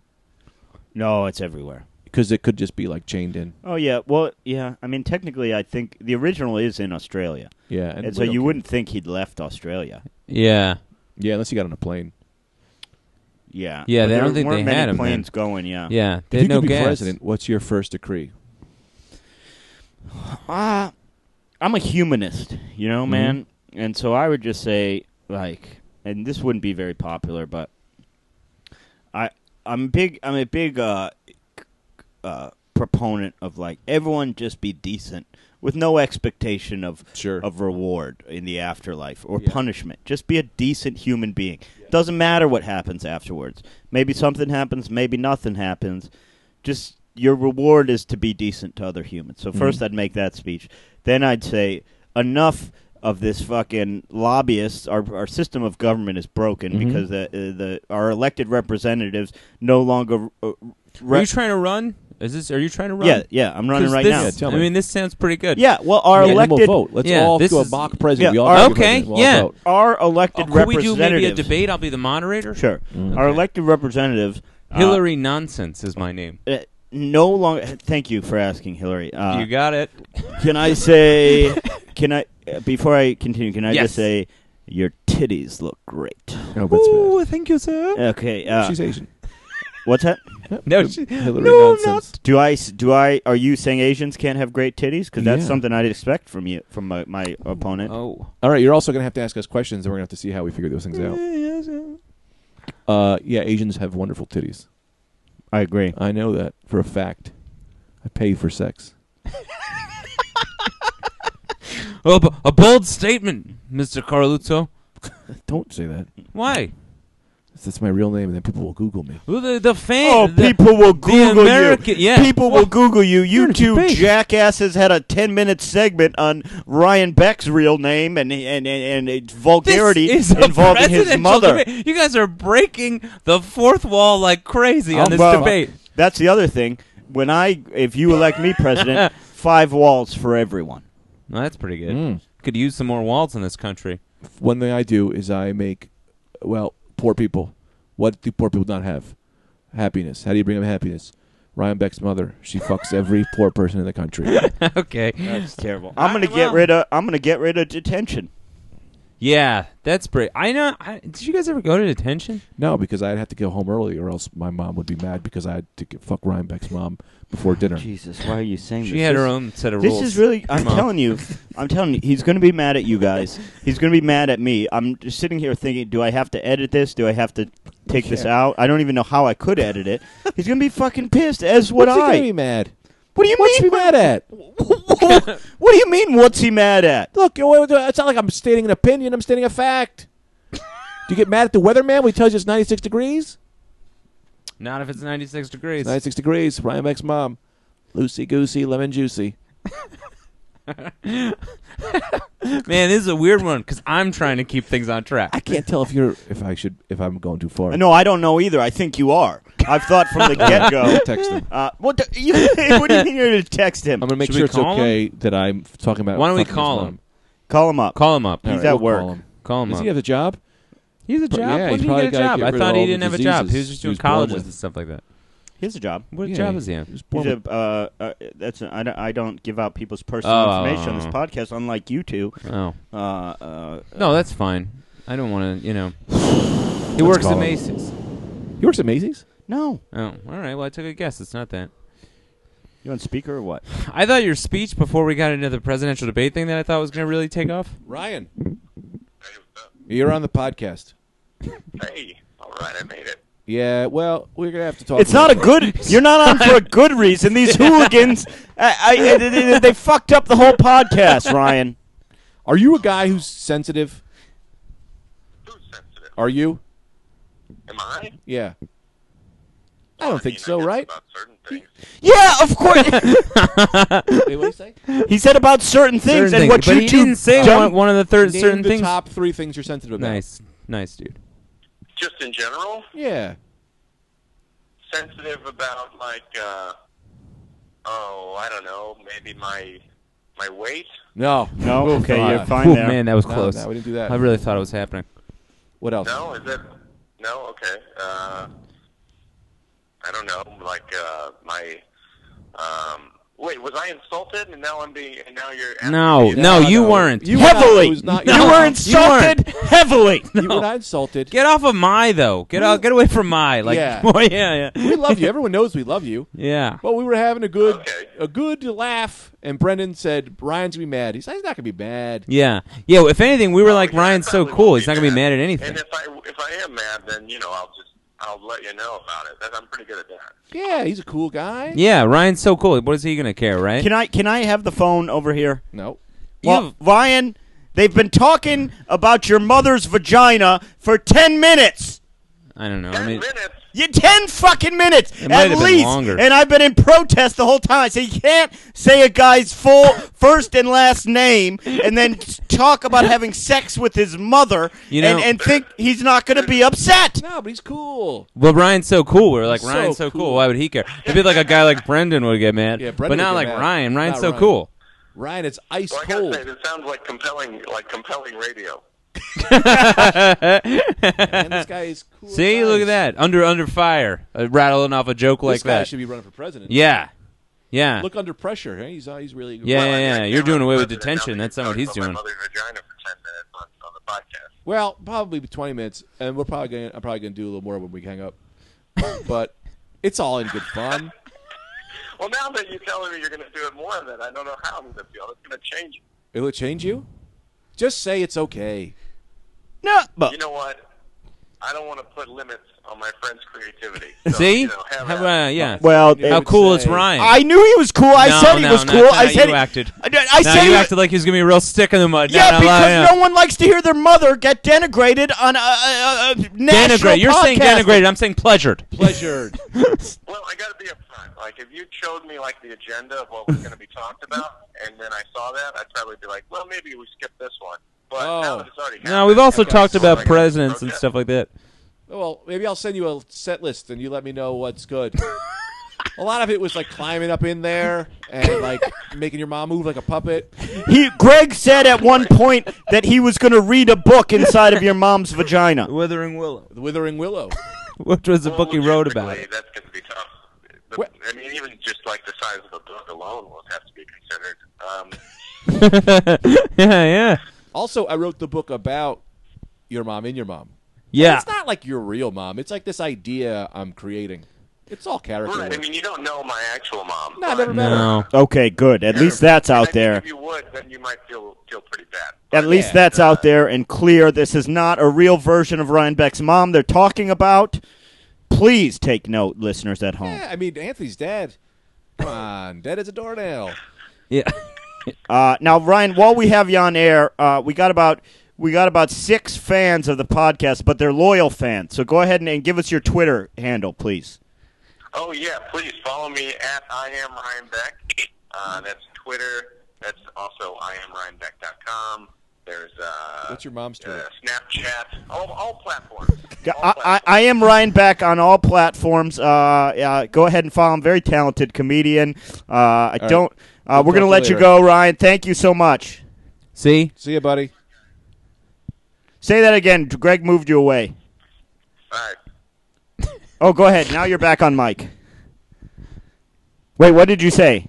Speaker 2: no, it's everywhere.
Speaker 1: because it could just be like chained in.
Speaker 2: Oh yeah, well yeah. I mean, technically, I think the original is in Australia,
Speaker 1: Yeah,
Speaker 2: and,
Speaker 1: and,
Speaker 2: so
Speaker 1: we
Speaker 2: you
Speaker 1: don't care.
Speaker 2: wouldn't think he'd left Australia.
Speaker 3: Yeah.
Speaker 1: Yeah, unless you got on a plane.
Speaker 2: Yeah,
Speaker 3: Yeah,
Speaker 2: But
Speaker 3: they
Speaker 2: there
Speaker 3: don't think
Speaker 2: weren't
Speaker 3: they
Speaker 2: many
Speaker 3: had him
Speaker 2: planes going. Yeah,
Speaker 3: Yeah. They
Speaker 1: If you
Speaker 3: had no
Speaker 1: could be
Speaker 3: gas.
Speaker 1: president, what's your first decree?
Speaker 2: Uh, I'm a humanist,
Speaker 1: Mm-hmm.
Speaker 2: you know, man. And so I would just say, like, and this wouldn't be very popular, but I I'm big I'm a big uh, uh, proponent of like everyone just be decent with no expectation of
Speaker 1: Sure.
Speaker 2: of reward in the afterlife or
Speaker 1: Yeah.
Speaker 2: punishment. Just be a decent human being. Doesn't matter what happens afterwards. Maybe something happens, maybe nothing happens. Just your reward is to be decent to other humans. So 1st i
Speaker 3: Mm-hmm.
Speaker 2: I'd make that speech. Then I'd say enough of this fucking lobbyists. Our our system of government is broken
Speaker 3: Mm-hmm.
Speaker 2: because the uh, the our elected representatives no longer. Uh,
Speaker 3: Are
Speaker 2: re-
Speaker 3: you trying to run? Is this? Are you trying to run?
Speaker 2: yeah, yeah, I'm running
Speaker 3: 'Cause
Speaker 2: right
Speaker 3: this-
Speaker 2: now.
Speaker 1: Yeah, tell
Speaker 3: I
Speaker 1: me.
Speaker 3: mean, this sounds pretty good.
Speaker 2: Yeah, well, our
Speaker 1: Yeah, then
Speaker 2: elected
Speaker 1: we'll vote. Let's
Speaker 3: Yeah,
Speaker 1: all
Speaker 3: this
Speaker 1: do a
Speaker 3: is-
Speaker 1: mock president.
Speaker 2: Yeah,
Speaker 1: we all pick
Speaker 2: our-
Speaker 1: a
Speaker 3: Okay,
Speaker 1: president. We'll all
Speaker 3: yeah.
Speaker 1: vote.
Speaker 2: our
Speaker 3: Oh,
Speaker 2: elected
Speaker 3: could we do maybe a
Speaker 2: representatives.
Speaker 3: debate? I'll be the moderator.
Speaker 2: Sure.
Speaker 1: Mm.
Speaker 2: Our elected representatives. uh,
Speaker 3: Hillary nonsense is my name.
Speaker 2: uh, no longer. Thank you for asking, Hillary. Uh,
Speaker 3: you got it.
Speaker 2: can I say? Can I? Uh, before I continue, can I
Speaker 3: Yes.
Speaker 2: just say your titties look great?
Speaker 1: No, but it's Oh, bad.
Speaker 3: thank you, sir.
Speaker 2: Okay. Uh,
Speaker 1: She's Asian.
Speaker 2: what's that?
Speaker 3: No, she-
Speaker 1: Hillary
Speaker 3: no, I'm
Speaker 1: nonsense.
Speaker 2: Do I? s- Do I? Are you saying Asians can't have great titties? Because that's
Speaker 1: Yeah.
Speaker 2: something I'd expect from you, from my, my opponent.
Speaker 3: Oh,
Speaker 1: All right, you're also going to have to ask us questions, and we're going to have to see how we figure those things out. Uh, yeah, Asians have wonderful titties.
Speaker 2: I agree.
Speaker 1: I know that for a fact. I pay for sex.
Speaker 3: Oh, bu- a bold statement, Mr. Carluzzo.
Speaker 1: Don't say that.
Speaker 3: Why?
Speaker 1: That's my real name, and then people will Google me.
Speaker 3: Well, the, the fan.
Speaker 2: Oh,
Speaker 3: the-
Speaker 2: people will Google
Speaker 3: American-
Speaker 2: you.
Speaker 3: yeah.
Speaker 2: People will Google you. You
Speaker 1: in
Speaker 2: two
Speaker 1: space.
Speaker 2: jackasses had a ten-minute segment on Ryan Beck's real name and and and, and its
Speaker 3: This
Speaker 2: vulgarity
Speaker 3: is a
Speaker 2: involving his
Speaker 3: presidential
Speaker 2: mother.
Speaker 3: debate. You guys are breaking the fourth wall like crazy on
Speaker 2: Oh,
Speaker 3: this
Speaker 2: well,
Speaker 3: debate.
Speaker 2: That's the other thing. When I, if you elect me president, five walls for everyone.
Speaker 3: Well, that's pretty good.
Speaker 1: Mm.
Speaker 3: Could use some more walls in this country.
Speaker 1: One thing I do is I make, well, poor people. What do poor people not have? Happiness. How do you bring them happiness? Ryan Beck's mother. She fucks every poor person in the country.
Speaker 3: okay.
Speaker 2: That's terrible. I'm gonna
Speaker 3: Alright,
Speaker 2: get
Speaker 3: well.
Speaker 2: rid of. I'm gonna get rid of detention.
Speaker 3: Yeah, that's pretty. I know. I, did you guys ever go to detention?
Speaker 1: No, because I'd have to go home early, or else my mom would be mad because I had to get, fuck Ryan Beck's mom before dinner.
Speaker 2: Jesus, why are you saying
Speaker 3: She had her own set of
Speaker 2: This
Speaker 3: rules.
Speaker 2: is really. I'm
Speaker 3: Come on.
Speaker 2: telling you. I'm telling you. He's going to be mad at you guys. He's going to be mad at me. I'm just sitting here thinking, do I have to edit this? Do I have to take this
Speaker 1: Yeah.
Speaker 2: out? I don't even know how I could edit it. He's going to be fucking pissed. As would
Speaker 1: What's he
Speaker 2: I.
Speaker 1: gonna be mad?
Speaker 2: What do you
Speaker 1: What's he
Speaker 2: mean?
Speaker 1: mad at?
Speaker 2: what do you mean? What's he mad at?
Speaker 1: Look, it's not like I'm stating an opinion. I'm stating a fact. Do you get mad at the weatherman when he tells you it's 96 degrees?
Speaker 3: Not if it's 96 degrees.
Speaker 1: It's 96 degrees. Ryan Beck's mom. Loosey goosey, lemon juicy.
Speaker 3: Man, this is a weird one because I'm trying to keep things on track.
Speaker 1: I can't tell if you're if I should if I'm going too far.
Speaker 2: No, I don't know either. I think you are. I've thought from the get go.
Speaker 1: Text him.
Speaker 2: Uh, what, do you, what do you mean you're going to text him?
Speaker 1: I'm gonna make
Speaker 3: Should we
Speaker 1: sure it's
Speaker 3: call him?
Speaker 1: okay that I'm f- talking about.
Speaker 3: Why don't we
Speaker 1: fucking his
Speaker 3: call
Speaker 1: mom.
Speaker 3: him?
Speaker 2: Call him up.
Speaker 3: Call him up.
Speaker 1: All
Speaker 2: He's
Speaker 1: right,
Speaker 2: at
Speaker 1: we'll
Speaker 2: work.
Speaker 1: call him.
Speaker 3: Call him
Speaker 1: Does
Speaker 3: up.
Speaker 1: he have a job?
Speaker 3: He's a
Speaker 1: Pro-
Speaker 3: job.
Speaker 1: yeah,
Speaker 3: when
Speaker 1: he's
Speaker 3: did he
Speaker 1: probably
Speaker 3: get a
Speaker 1: gotta
Speaker 3: job?
Speaker 1: get
Speaker 3: I
Speaker 1: rid of
Speaker 3: thought
Speaker 1: all
Speaker 3: he
Speaker 1: the
Speaker 3: didn't have a job. He was
Speaker 1: diseases
Speaker 3: just
Speaker 1: he
Speaker 3: doing
Speaker 1: was born
Speaker 3: colleges
Speaker 1: with.
Speaker 3: and stuff like that.
Speaker 2: He has a job.
Speaker 3: What
Speaker 1: Yeah,
Speaker 3: job
Speaker 1: he-
Speaker 3: is he in?
Speaker 1: he was born
Speaker 2: He's a,
Speaker 1: with-
Speaker 2: uh, uh, that's a, I, don't, I don't give out people's personal
Speaker 3: Oh.
Speaker 2: information on this podcast, unlike you two.
Speaker 3: Oh,
Speaker 2: Uh, uh,
Speaker 3: no, that's fine. I don't want to, you know. He works
Speaker 1: call
Speaker 3: at
Speaker 1: him.
Speaker 3: Macy's.
Speaker 1: He works at Macy's.
Speaker 2: no.
Speaker 3: Oh, all right. Well, I took a guess. It's not that.
Speaker 2: You on speaker or what?
Speaker 3: I thought your speech before we got into the presidential debate thing that I thought was going to really take off.
Speaker 1: Ryan, you're on the podcast.
Speaker 4: Hey, all glad I made it.
Speaker 1: Yeah, well, we're gonna have to talk.
Speaker 2: It's
Speaker 1: about
Speaker 2: not a
Speaker 1: that.
Speaker 2: good. You're not on for a good reason. These hooligans, I, I, they- they, they fucked up the whole podcast, Ryan.
Speaker 1: Are you a guy who's sensitive?
Speaker 4: Who's sensitive?
Speaker 1: Are you?
Speaker 4: Am I?
Speaker 1: Yeah. I don't think
Speaker 4: mean,
Speaker 1: so,
Speaker 4: guess
Speaker 1: right?
Speaker 4: About certain things.
Speaker 2: Yeah, of course.
Speaker 1: Wait, what do you say?
Speaker 2: he said about certain things
Speaker 3: Certain
Speaker 2: and what
Speaker 3: but
Speaker 2: you
Speaker 3: he
Speaker 2: two
Speaker 3: didn't say
Speaker 2: dumb-
Speaker 3: one, one of the third
Speaker 1: Name
Speaker 3: certain
Speaker 1: the
Speaker 3: things.
Speaker 1: top three things you're sensitive about.
Speaker 3: Nice, nice dude.
Speaker 4: Just in general,
Speaker 1: Yeah.
Speaker 4: sensitive about like, uh, oh, I don't know, maybe my my weight.
Speaker 1: No.
Speaker 2: No,
Speaker 1: Oh,
Speaker 2: okay,
Speaker 1: God.
Speaker 2: you're fine
Speaker 3: Whew,
Speaker 2: there.
Speaker 3: man, that was
Speaker 1: No,
Speaker 3: close.
Speaker 1: no, we didn't do that.
Speaker 3: I really thought it was happening.
Speaker 1: What else?
Speaker 4: No, is it? No, okay. Uh, I don't know. Like uh, my. Um, wait, was I insulted? And now I'm being. And now you're. asking
Speaker 3: No,
Speaker 4: me-
Speaker 3: no, you weren't.
Speaker 1: You were not- it
Speaker 2: heavily.
Speaker 1: was not
Speaker 2: you
Speaker 1: your-
Speaker 2: were
Speaker 3: you weren't.
Speaker 2: insulted heavily.
Speaker 1: You were not insulted.
Speaker 3: Get off of my though. Get out. Get away from my. Like,
Speaker 1: Yeah.
Speaker 3: boy, yeah, yeah,
Speaker 1: we love you. Everyone knows we love you.
Speaker 3: yeah.
Speaker 1: But we were having a good
Speaker 4: Okay.
Speaker 1: a good laugh, and Brendan said, Brian's gonna be mad. He's, he's not gonna be mad.
Speaker 3: Yeah, yeah. well, If anything, we were like
Speaker 4: Yeah, I
Speaker 3: Ryan's so
Speaker 4: probably won't
Speaker 3: cool. He's not gonna be
Speaker 4: mad.
Speaker 3: mad at anything.
Speaker 4: And if I if I am mad, then you know I'll just I'll let you know about it. That, I'm pretty good at that.
Speaker 1: Yeah, he's a cool guy.
Speaker 3: Yeah, Ryan's so cool. What is he gonna care, right?
Speaker 2: Can I can I have the phone over here?
Speaker 1: No.
Speaker 2: Well,
Speaker 3: You've-
Speaker 2: Ryan, they've been talking about your mother's vagina for ten minutes.
Speaker 3: I don't know.
Speaker 4: Ten
Speaker 3: I mean,
Speaker 4: minutes.
Speaker 2: You ten fucking minutes
Speaker 3: It might
Speaker 2: at
Speaker 3: have been
Speaker 2: least,
Speaker 3: longer.
Speaker 2: and I've been in protest the whole time. So you can't say a guy's full first and last name, and then talk about having sex with his mother,
Speaker 3: You know-
Speaker 2: and, and think he's not going to be upset.
Speaker 1: No, but he's cool.
Speaker 3: well, Ryan's so cool. We were like,
Speaker 1: So
Speaker 3: Ryan's so cool.
Speaker 1: cool.
Speaker 3: Why would he care? It'd be like a guy like Brendan would get mad.
Speaker 1: Yeah,
Speaker 3: but
Speaker 1: Brendan
Speaker 3: not
Speaker 1: would
Speaker 3: like
Speaker 1: get mad.
Speaker 3: Ryan. Ryan's
Speaker 1: Not
Speaker 3: so
Speaker 1: Ryan.
Speaker 3: cool.
Speaker 1: Ryan, it's ice
Speaker 4: Well, I gotta
Speaker 1: cold.
Speaker 4: say, this sounds like compelling like compelling radio.
Speaker 1: Man, this guy is cool. as
Speaker 3: See, look
Speaker 1: ice.
Speaker 3: at that. Under under fire, uh, rattling off a joke
Speaker 1: This
Speaker 3: like
Speaker 1: guy
Speaker 3: that.
Speaker 1: should be running for president.
Speaker 3: Yeah, yeah.
Speaker 1: Look under pressure. eh? He's uh, he's really
Speaker 3: Yeah,
Speaker 4: Well, I mean,
Speaker 3: yeah,
Speaker 4: I
Speaker 3: you're
Speaker 4: can't
Speaker 3: doing away with
Speaker 4: remember the
Speaker 3: detention.
Speaker 4: sound
Speaker 3: That's
Speaker 4: that
Speaker 3: not what
Speaker 4: you
Speaker 3: he's
Speaker 4: talked about
Speaker 3: doing.
Speaker 4: My mother's vagina for ten minutes on, on the podcast.
Speaker 1: Well, probably twenty minutes, and we're probably gonna I'm probably gonna do a little more when we hang up. but it's all in good fun.
Speaker 4: Well, now that you're telling me you're going to do it more of it, I don't know how I'm going to feel. It's going to change. it.
Speaker 1: It'll change you. Just say it's okay.
Speaker 2: No, but
Speaker 4: You know what? I don't want to put limits on my friend's creativity. So,
Speaker 3: See?
Speaker 4: You know, have
Speaker 3: How
Speaker 4: at
Speaker 3: about-
Speaker 4: it.
Speaker 3: yeah.
Speaker 2: well, uh,
Speaker 1: Yeah.
Speaker 3: How
Speaker 1: would
Speaker 3: cool is
Speaker 1: say-
Speaker 3: Ryan?
Speaker 2: I knew he was cool. I
Speaker 3: No,
Speaker 2: said he
Speaker 3: no,
Speaker 2: was
Speaker 3: no,
Speaker 2: cool.
Speaker 3: no,
Speaker 2: I
Speaker 3: you
Speaker 2: said he-
Speaker 3: acted.
Speaker 2: I, I
Speaker 3: now
Speaker 2: said
Speaker 3: you
Speaker 2: he-
Speaker 3: acted like he was gonna be a real stick in the mud.
Speaker 2: Yeah,
Speaker 3: no, no,
Speaker 2: because
Speaker 3: yeah.
Speaker 2: no one likes to hear their mother get denigrated on a, a, a- a national
Speaker 3: denigrate. You're saying
Speaker 2: podcast.
Speaker 3: denigrated. I'm saying pleasured.
Speaker 1: Pleasured.
Speaker 4: Well, I got to be upfront. Like, if you showed me like the agenda of what was going to be talked about, and then I saw that, I'd probably be like, well, maybe we skip this one. But now
Speaker 1: Oh.
Speaker 4: that it's already happened,
Speaker 3: No, we've also
Speaker 4: okay,
Speaker 3: talked
Speaker 4: so I
Speaker 3: about
Speaker 4: gotta
Speaker 3: presidents and
Speaker 4: protest.
Speaker 3: stuff like that.
Speaker 1: well, maybe I'll send you a set list, and you let me know what's good. a lot of it was like climbing up in there and like making your mom move like a puppet.
Speaker 2: He, Greg said at one point that he was going to read a book inside of your mom's vagina.
Speaker 3: Withering Willow,
Speaker 1: The Withering Willow.
Speaker 3: which was
Speaker 2: Oh,
Speaker 3: a
Speaker 4: Well,
Speaker 3: book he wrote about.
Speaker 4: logistically,
Speaker 3: It.
Speaker 4: That's going to be tough. The-
Speaker 1: What-
Speaker 4: I mean, even just like the size of the book alone will have to be considered. Um,
Speaker 3: yeah, yeah,
Speaker 1: Also, I wrote the book about your mom and your mom.
Speaker 3: yeah.
Speaker 1: It's not like your real mom. It's like this idea I'm creating. It's all character.
Speaker 4: right. I
Speaker 1: work.
Speaker 4: mean, you don't know my actual mom.
Speaker 1: No, I
Speaker 4: but-
Speaker 1: never met her.
Speaker 3: No,
Speaker 2: Okay, good. At least that's out there.
Speaker 4: If you would, then you might feel feel pretty bad.
Speaker 2: At least that's out there and clear. This is not a real version of Ryan Beck's mom they're talking about. Please take note, listeners at home.
Speaker 1: Yeah, I mean, Anthony's dead. Come on, dead as a doornail.
Speaker 3: yeah.
Speaker 2: Uh, now, Ryan, while we have you on air, uh, we got about we got about six fans of the podcast, but they're loyal fans. So go ahead and, and give us your Twitter handle, please.
Speaker 4: Oh yeah, please follow me at I am Ryan Beck. Uh, that's Twitter. That's also I am Ryan com. There's uh,
Speaker 1: What's your mom's
Speaker 4: uh,
Speaker 1: Twitter?
Speaker 4: Snapchat. All, all platforms.
Speaker 2: G-
Speaker 4: All
Speaker 2: I, I, I am Ryan Beck on all platforms. Uh, uh, go ahead and follow him. Very talented comedian. Uh, I
Speaker 1: right.
Speaker 2: don't. Uh,
Speaker 1: We'll
Speaker 2: we're gonna
Speaker 1: talk
Speaker 2: let you
Speaker 1: later.
Speaker 2: go, Ryan. Thank you so much.
Speaker 3: See,
Speaker 1: See ya, buddy.
Speaker 2: Say that again. Greg moved you away.
Speaker 4: All right.
Speaker 2: Oh, go ahead. Now you're back on mic. Wait, what did you say?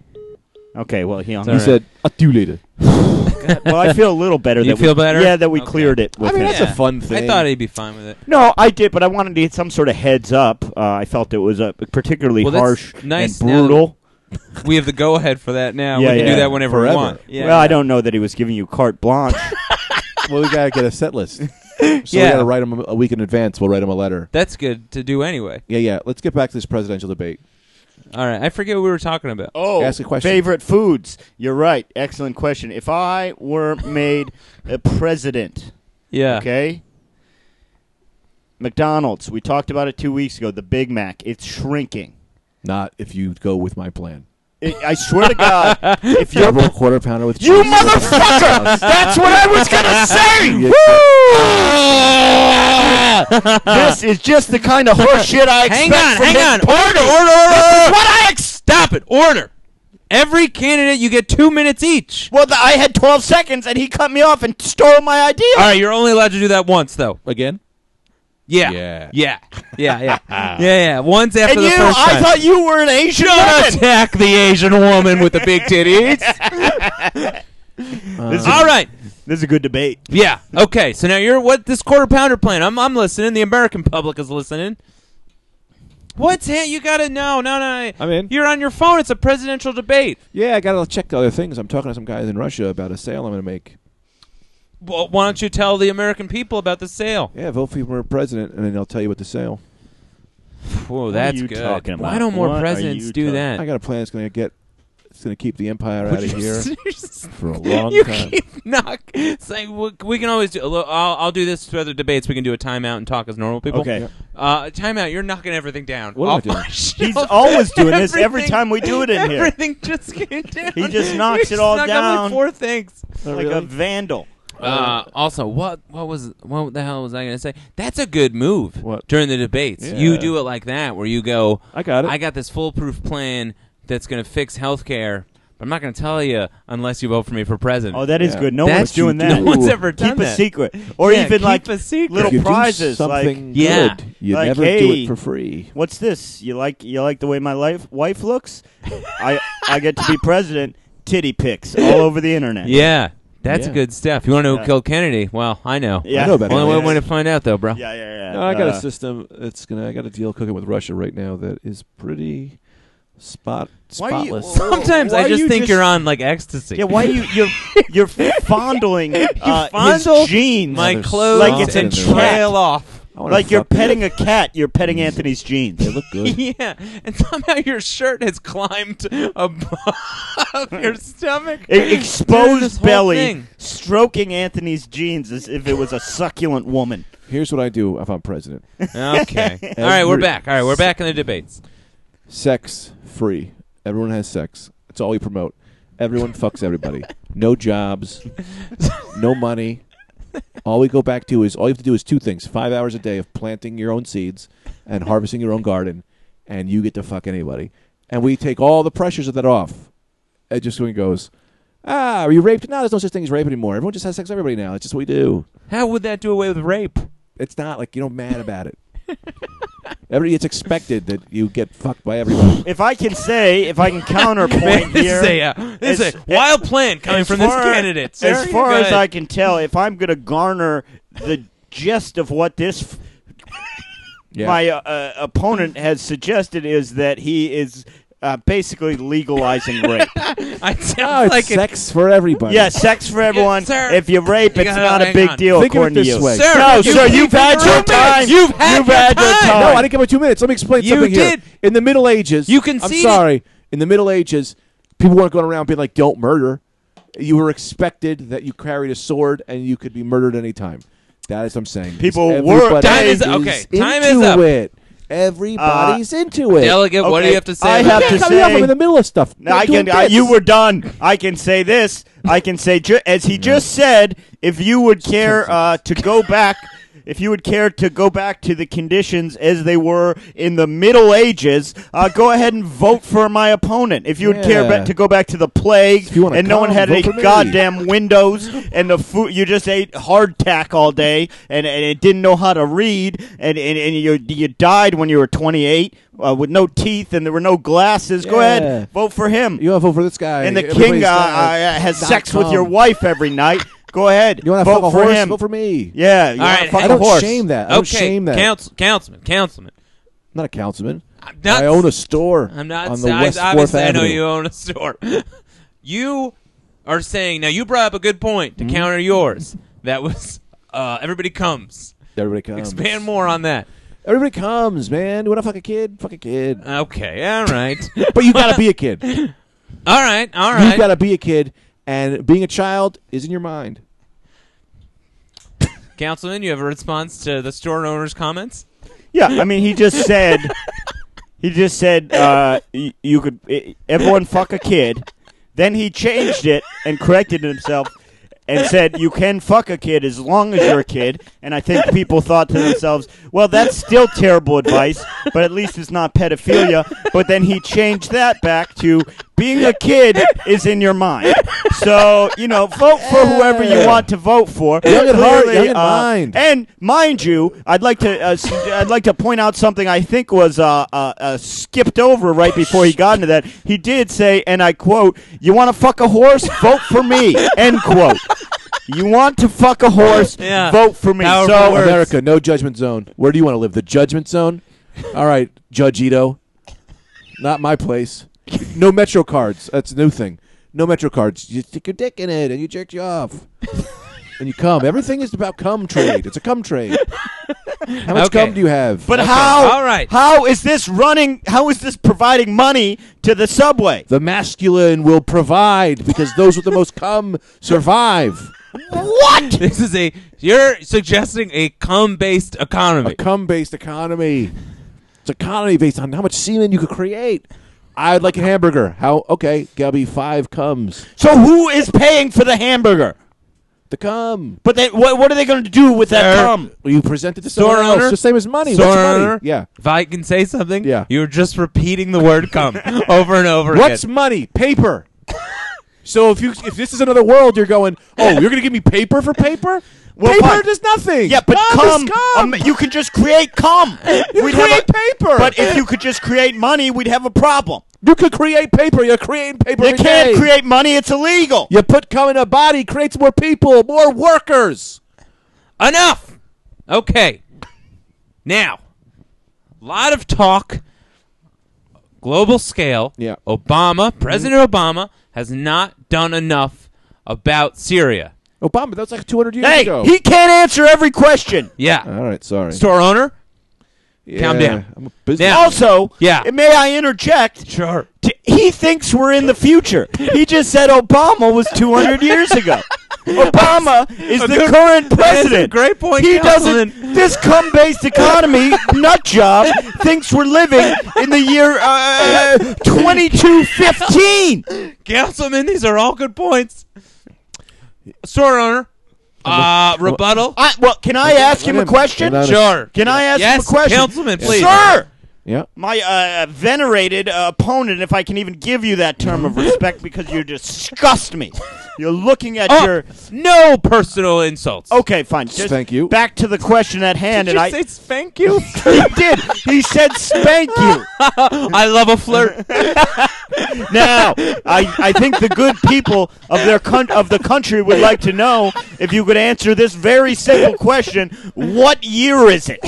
Speaker 2: Okay, well he hung
Speaker 3: It's all
Speaker 2: up.
Speaker 3: right. said,
Speaker 1: "I'll do you later."
Speaker 2: Well, I feel a little better.
Speaker 3: You
Speaker 2: that
Speaker 3: feel
Speaker 2: we,
Speaker 3: better?
Speaker 2: Yeah, that we
Speaker 3: Okay.
Speaker 2: cleared it. With
Speaker 1: I mean,
Speaker 2: him.
Speaker 1: that's a fun thing.
Speaker 3: I thought he'd be fine with it.
Speaker 2: No, I did, but I wanted to get some sort of heads up. Uh, I felt it was a particularly
Speaker 3: Well, that's
Speaker 2: harsh
Speaker 3: nice
Speaker 2: and
Speaker 3: now that-
Speaker 2: brutal.
Speaker 3: We have the go ahead for that now.
Speaker 2: Yeah,
Speaker 3: we can
Speaker 2: yeah.
Speaker 3: do that whenever
Speaker 1: Forever.
Speaker 3: we want. Yeah.
Speaker 2: well, I don't know that he was giving you carte blanche.
Speaker 1: Well, we gotta get a set list. So we
Speaker 3: Yeah.
Speaker 1: got to write him a- a week in advance. We'll write him a letter.
Speaker 3: That's good to do anyway.
Speaker 1: Yeah, yeah. Let's get back to this presidential debate.
Speaker 3: All right. I forget what we were talking about.
Speaker 2: Oh,
Speaker 1: Ask a question.
Speaker 2: favorite foods. You're right. Excellent question. If I were made a president,
Speaker 3: Yeah.
Speaker 2: okay? McDonald's. We talked about it two weeks ago. The Big Mac. It's shrinking.
Speaker 1: Not if you go with my plan.
Speaker 2: I- I swear to God, if you're
Speaker 1: Double quarter pounder with
Speaker 2: you
Speaker 1: cheese.
Speaker 2: motherfucker, that's what I was gonna say. Woo! this is just the kind of horse shit I expect
Speaker 3: Hang on,
Speaker 2: from
Speaker 3: hang
Speaker 2: this
Speaker 3: on.
Speaker 2: party.
Speaker 3: Order, order, order.
Speaker 2: What I ex-
Speaker 3: Stop it. Order. Every candidate, you get two minutes each.
Speaker 2: well, the, I had 12 seconds, and he cut me off and stole my idea.
Speaker 3: All right. You're only allowed to do that once, though.
Speaker 1: Again?
Speaker 3: Yeah.
Speaker 1: Yeah.
Speaker 3: Yeah. Yeah. Yeah. yeah. yeah. Once after
Speaker 2: and
Speaker 3: the
Speaker 2: you,
Speaker 3: first time.
Speaker 2: I thought you were an Asian
Speaker 3: Don't
Speaker 2: woman.
Speaker 3: attack the Asian woman with the big titties.
Speaker 1: Uh,
Speaker 3: All right.
Speaker 2: This is a good debate.
Speaker 3: Yeah. Okay. So now you're what this quarter pounder plan. I'm I'm listening. The American public is listening. What's it? You gotta know. No, no, no.
Speaker 1: I'm in.
Speaker 3: You're on your phone. It's a presidential debate.
Speaker 1: Yeah, I got to check the other things. I'm talking to some guys in Russia about a sale I'm going to make.
Speaker 3: Well, why don't you tell the American people about the sale?
Speaker 1: Yeah, vote for your president, and then I'll tell you about the sale.
Speaker 3: Whoa,
Speaker 2: What are
Speaker 3: that's
Speaker 2: you
Speaker 3: good.
Speaker 2: talking about?
Speaker 3: Why don't more
Speaker 2: What are
Speaker 3: presidents
Speaker 2: you
Speaker 3: do
Speaker 2: talking-
Speaker 1: I
Speaker 3: that?
Speaker 1: got a plan that's going to get, it's going to keep the empire out of here for a long
Speaker 3: you
Speaker 1: time.
Speaker 3: keep knock saying we, we can always do. Look, I'll, I'll do this to other debates. We can do a timeout and talk as normal people.
Speaker 2: Okay.
Speaker 1: Yep.
Speaker 3: Uh, timeout. You're knocking everything down.
Speaker 1: What am
Speaker 3: off
Speaker 1: I doing?
Speaker 3: my shelf.
Speaker 2: He's always doing this every time we do it in here.
Speaker 3: Everything just came down.
Speaker 2: He just
Speaker 3: You
Speaker 2: knocks it all
Speaker 3: snuck up
Speaker 2: down.
Speaker 3: Like four things.
Speaker 2: Like a vandal.
Speaker 3: Uh, also, what what was what the hell was I gonna say? That's a good move
Speaker 1: What?
Speaker 3: during the debates.
Speaker 1: Yeah.
Speaker 3: You do it like that, where you go,
Speaker 1: I got it.
Speaker 3: I got this foolproof plan that's gonna fix healthcare, but I'm not gonna tell you unless you vote for me for president.
Speaker 2: Oh, that is
Speaker 1: Yeah.
Speaker 2: good. No
Speaker 3: That's-
Speaker 2: one's doing that.
Speaker 3: No one's ever
Speaker 2: keep
Speaker 3: done
Speaker 2: a
Speaker 3: that.
Speaker 2: secret, or
Speaker 3: Yeah,
Speaker 2: even
Speaker 3: keep
Speaker 2: like
Speaker 3: a secret.
Speaker 2: little
Speaker 1: you do
Speaker 2: prizes.
Speaker 1: something
Speaker 2: Like,
Speaker 3: Yeah.
Speaker 1: good, you
Speaker 2: Like,
Speaker 1: never do
Speaker 2: hey,
Speaker 1: it for free.
Speaker 2: what's this? You like you like the way my life wife looks? I I get to be president. Titty pics all over the internet.
Speaker 3: yeah, that's
Speaker 1: Yeah.
Speaker 3: good stuff. You want to know who
Speaker 2: Yeah.
Speaker 3: killed Kennedy? Well, I know.
Speaker 2: yeah.
Speaker 1: I know about
Speaker 2: yeah,
Speaker 3: Only
Speaker 1: it.
Speaker 3: one
Speaker 2: yeah.
Speaker 3: way to find out, though, bro.
Speaker 2: Yeah, yeah, yeah.
Speaker 1: No, I got
Speaker 2: Uh,
Speaker 1: a system that's gonna. I got a deal cooking with Russia right now that is pretty spot
Speaker 2: Why do you-
Speaker 1: spotless.
Speaker 3: Sometimes
Speaker 2: Why
Speaker 3: I just
Speaker 2: you
Speaker 3: think
Speaker 2: just-
Speaker 3: you're on like ecstasy.
Speaker 2: Yeah, why you you're you're fondling uh,
Speaker 3: fondle
Speaker 2: his jeans?
Speaker 3: my
Speaker 1: there's
Speaker 3: clothes
Speaker 2: Like it's
Speaker 3: and
Speaker 2: in there.
Speaker 3: trail off.
Speaker 1: I wanna
Speaker 2: like you're
Speaker 1: fuck you.
Speaker 2: petting a cat. You're petting Anthony's jeans.
Speaker 1: They look good.
Speaker 3: Yeah, and somehow your shirt has climbed above your stomach.
Speaker 2: E-
Speaker 3: Dude, this
Speaker 2: exposed
Speaker 3: whole
Speaker 2: belly
Speaker 3: thing.
Speaker 2: stroking Anthony's jeans as if it was a succulent woman.
Speaker 1: Here's what I do if I'm president:
Speaker 3: Okay. All right, we're back. All right, we're back in the debates.
Speaker 1: sex free. Everyone has sex. That's all we promote. Everyone fucks everybody. No jobs, no money. All we go back to is all you have to do is two things: five hours a day of planting your own seeds and harvesting your own garden, and you get to fuck anybody. And we take all the pressures of that off. It just when goes, ah, are you raped? No, there's no such thing as rape anymore. Everyone just has sex with everybody now. It's just what we do.
Speaker 3: How would that do away with rape?
Speaker 1: It's not like you know mad about it. Every it's expected that you get fucked by everybody.
Speaker 2: If I can say, if I can
Speaker 3: Man,
Speaker 2: counterpoint
Speaker 3: this
Speaker 2: here,
Speaker 3: is a uh, this is a
Speaker 2: as-
Speaker 3: wild plan coming
Speaker 2: as
Speaker 3: from this
Speaker 2: far-
Speaker 3: candidate. sir.
Speaker 2: As far
Speaker 3: Go
Speaker 2: as
Speaker 3: ahead.
Speaker 2: I can tell, if I'm going to garner the gist of what this f-
Speaker 1: Yeah.
Speaker 2: my uh, uh, opponent has suggested is that he is uh, basically legalizing rape.
Speaker 3: I
Speaker 1: Oh,
Speaker 3: sound
Speaker 1: it's
Speaker 3: like a
Speaker 1: sex for everybody.
Speaker 2: yeah, sex for everyone.
Speaker 3: sir.
Speaker 2: if you rape,
Speaker 3: You
Speaker 2: it's
Speaker 3: gotta-
Speaker 2: not a
Speaker 3: hang
Speaker 2: big
Speaker 3: on.
Speaker 2: deal
Speaker 1: Think of
Speaker 2: according
Speaker 1: it
Speaker 2: to
Speaker 1: this
Speaker 2: you.
Speaker 1: way.
Speaker 3: Sir,
Speaker 2: no,
Speaker 3: you
Speaker 2: sir, you've
Speaker 3: keep
Speaker 2: had
Speaker 3: your
Speaker 2: your
Speaker 3: minutes.
Speaker 2: time.
Speaker 3: You've had your
Speaker 2: had your
Speaker 3: time.
Speaker 2: time.
Speaker 1: No, I didn't get my two minutes. Let me explain
Speaker 3: You
Speaker 1: something
Speaker 3: did.
Speaker 1: here. In the Middle Ages,
Speaker 3: You
Speaker 1: I'm
Speaker 3: conceded.
Speaker 1: sorry. In the Middle Ages, people weren't going around being like, "Don't murder." You were expected that you carried a sword and you could be murdered anytime. That is what I'm saying. is
Speaker 2: People were-
Speaker 1: everybody
Speaker 2: Time is-
Speaker 3: okay,
Speaker 1: into
Speaker 3: time is up.
Speaker 1: it. Everybody's into it.
Speaker 3: delegate. What do
Speaker 2: Okay,
Speaker 3: you have to say?
Speaker 2: I
Speaker 3: about
Speaker 2: have
Speaker 1: Yeah,
Speaker 2: to
Speaker 3: that?
Speaker 1: come on,
Speaker 2: say-
Speaker 1: I'm in the middle of stuff.
Speaker 2: Now, I
Speaker 1: We're doing
Speaker 2: can. I, you
Speaker 1: bits.
Speaker 2: were done. I can say this. I can say ju- as he just said. If you would care uh, to go back, if you would care to go back to the conditions as they were in the Middle Ages, uh, go ahead and vote for my opponent. If you would care
Speaker 1: Yeah.
Speaker 2: ba- to go back to the plague,
Speaker 1: If you wanna
Speaker 2: and no one
Speaker 1: come,
Speaker 2: had
Speaker 1: vote
Speaker 2: any
Speaker 1: for me.
Speaker 2: goddamn windows, and the food you just ate hardtack all day, and, and it didn't know how to read, and, and, and you you died when you were twenty eight. Uh, with no teeth and there were no glasses. Go
Speaker 1: Yeah.
Speaker 2: ahead, vote for him.
Speaker 1: You want to vote for this guy?
Speaker 2: And the
Speaker 1: Everybody's
Speaker 2: king uh,
Speaker 1: not-
Speaker 2: uh, has
Speaker 1: not
Speaker 2: sex with
Speaker 1: come.
Speaker 2: your wife every night. Go ahead.
Speaker 1: You want to
Speaker 2: vote
Speaker 1: fuck a
Speaker 2: for
Speaker 1: horse?
Speaker 2: him?
Speaker 1: Vote for me.
Speaker 2: yeah. You
Speaker 3: All
Speaker 2: wanna
Speaker 3: right,
Speaker 2: fuck
Speaker 1: I
Speaker 2: a
Speaker 1: don't
Speaker 2: horse.
Speaker 1: shame that. I don't
Speaker 3: Okay,
Speaker 1: shame that.
Speaker 3: council, councilman, councilman.
Speaker 1: I'm not a councilman.
Speaker 3: I'm not
Speaker 1: I own a store.
Speaker 3: I'm not.
Speaker 1: on the
Speaker 3: I,
Speaker 1: West Fourth
Speaker 3: obviously, I know
Speaker 1: Avenue.
Speaker 3: you own a store. you
Speaker 1: Hmm?
Speaker 3: are saying now. You brought up a good point to counter yours. That was uh, everybody comes.
Speaker 1: Everybody comes.
Speaker 3: Expand more on that.
Speaker 1: Everybody comes, man. What a fuck a kid, fuck a kid.
Speaker 3: Uh, Okay, all right,
Speaker 1: But you gotta be a kid. You
Speaker 3: all right, all right.
Speaker 1: gotta be a kid, and being a child is in your mind.
Speaker 3: Councilman, you have a response to the store owner's comments?
Speaker 2: Yeah, I mean, he just said, he just said, uh, y- you could i everyone fuck a kid. Then he changed it and corrected himself and said, you can fuck a kid as long as you're a kid. And I think people thought to themselves, well, that's still terrible advice, but at least it's not pedophilia. But then he changed that back to being a kid is in your mind. So you know, vote for whoever you want to vote for.
Speaker 1: Young at heart,
Speaker 2: Clearly,
Speaker 1: young at
Speaker 2: uh,
Speaker 1: mind.
Speaker 2: and mind you, I'd like to uh, s- I'd like to point out something I think was uh, uh, uh, skipped over right before he got into that. He did say, and I quote, "You want to fuck a horse? Vote for me." End quote. You want to fuck a horse?
Speaker 3: Yeah.
Speaker 2: Vote for me.
Speaker 3: Powerful
Speaker 2: so
Speaker 3: words.
Speaker 1: America, no judgment zone. Where do you want to live? The judgment zone? All right, Judge Ito. Not my place. No Metro cards. That's a new thing. No Metro cards. You stick your dick in it and you jerk you off. and you come. Everything is about cum trade. It's a cum trade. How much
Speaker 3: Okay.
Speaker 1: cum do you have?
Speaker 2: but how?
Speaker 3: All right.
Speaker 2: How is this running? How is this providing money to the subway?
Speaker 1: the masculine will provide because those with the most cum survive.
Speaker 2: What?
Speaker 3: This is a you're suggesting a cum-based economy.
Speaker 1: A cum based economy. It's economy based on how much semen you could create. I'd like a hamburger. How? Okay, Gubby, five cums.
Speaker 2: So who is paying for the hamburger?
Speaker 1: The cum.
Speaker 2: But they, what, what are they going to do with that
Speaker 3: Sir.
Speaker 2: cum?
Speaker 1: Well, you present it to
Speaker 3: Store
Speaker 1: someone else.
Speaker 3: owner?
Speaker 1: The same as money.
Speaker 3: Store
Speaker 1: What's
Speaker 3: owner?
Speaker 1: money? Yeah.
Speaker 3: If I can say something,
Speaker 1: Yeah.
Speaker 3: you're just repeating the word "cum" over and over
Speaker 1: What's
Speaker 3: again.
Speaker 1: money? Paper. so if you if this is another world, you're going. Oh, you're going to give me paper for paper?
Speaker 2: Well,
Speaker 1: paper
Speaker 2: fine.
Speaker 1: does nothing.
Speaker 2: Yeah, but
Speaker 1: cum.
Speaker 2: cum,
Speaker 1: is cum.
Speaker 2: um, you can just create cum.
Speaker 1: you
Speaker 2: We'd have
Speaker 1: create
Speaker 2: a-
Speaker 1: paper.
Speaker 2: But if you could just create money, we'd have a problem.
Speaker 1: you could create paper, you're creating paper.
Speaker 2: You
Speaker 1: every
Speaker 2: can't
Speaker 1: day.
Speaker 2: create money; it's illegal.
Speaker 1: You put cum in a body, creates more people, more workers.
Speaker 3: Enough. Okay. Now, a lot of talk, global scale.
Speaker 1: Yeah. Mm-hmm.
Speaker 3: Obama, President Obama, has not done enough about Syria.
Speaker 1: Obama, that was like 200 years
Speaker 2: Hey,
Speaker 1: ago.
Speaker 2: he can't answer every question.
Speaker 3: Yeah.
Speaker 1: All right, sorry.
Speaker 3: Store owner. calm
Speaker 1: Yeah,
Speaker 3: down.
Speaker 1: I'm a business.
Speaker 3: Now-
Speaker 2: Also,
Speaker 3: Yeah.
Speaker 2: May I interject?
Speaker 3: Sure.
Speaker 2: T- He thinks we're in the future. He just said Obama was 200 years ago. Obama is the
Speaker 3: good-
Speaker 2: current
Speaker 3: a
Speaker 2: president.
Speaker 3: great point,
Speaker 2: He
Speaker 3: Councilman.
Speaker 2: doesn't. This cum-based economy nut job thinks we're living in the year uh, 2215.
Speaker 3: Councilman, these are all good points. Store owner. Uh, rebuttal.
Speaker 2: I, well, can I ask him a question?
Speaker 1: Without a-
Speaker 3: Sure.
Speaker 2: Can I ask
Speaker 3: yes,
Speaker 2: him a question?
Speaker 3: Councilman, please.
Speaker 2: Sir,
Speaker 1: Yeah.
Speaker 2: my uh, venerated uh, opponent, if I can even give you that term of respect because you disgust me. You're looking at
Speaker 3: Up.
Speaker 2: your.
Speaker 3: No personal insults.
Speaker 2: Okay, fine. Just
Speaker 1: Thank you.
Speaker 2: Back to the question at hand,
Speaker 3: Did
Speaker 2: and
Speaker 3: you
Speaker 2: I
Speaker 3: say thank you?
Speaker 2: he did. He said, "Spank you."
Speaker 3: I love a flirt.
Speaker 2: Now, I, I think the good people of their coun of the country would like to know if you could answer this very simple question: What year is it?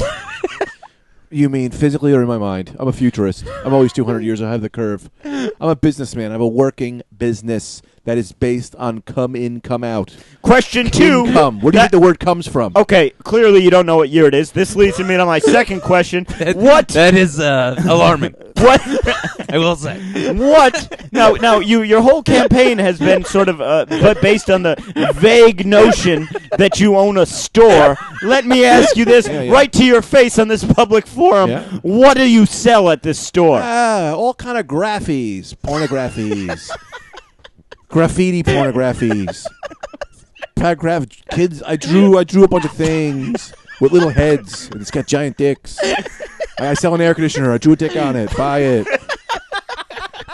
Speaker 1: You mean physically or in my mind? I'm a futurist. I'm always 200 years ahead of the curve. I'm a businessman. I have a working business that is based on come in, come out.
Speaker 2: Question two.
Speaker 1: Income. Where do you
Speaker 2: that-
Speaker 1: think the word comes from?
Speaker 2: Okay, clearly you don't know what year it is. This leads me to my second question. what?
Speaker 3: That is uh, alarming.
Speaker 2: What?
Speaker 3: I will say.
Speaker 2: what? Now, now you your whole campaign has been sort of uh, but based on the vague notion that you own a store. Let me ask you this
Speaker 1: Yeah, yeah.
Speaker 2: right to your face on this public forum.
Speaker 1: Yeah.
Speaker 2: What do you sell at this store?
Speaker 1: Ah, all kind of graphies, pornographies, graffiti pornographies, paragraph kids. I drew, I drew a bunch of things with little heads, and it's got giant dicks. I sell an air conditioner. I drew a dick on it. Buy it.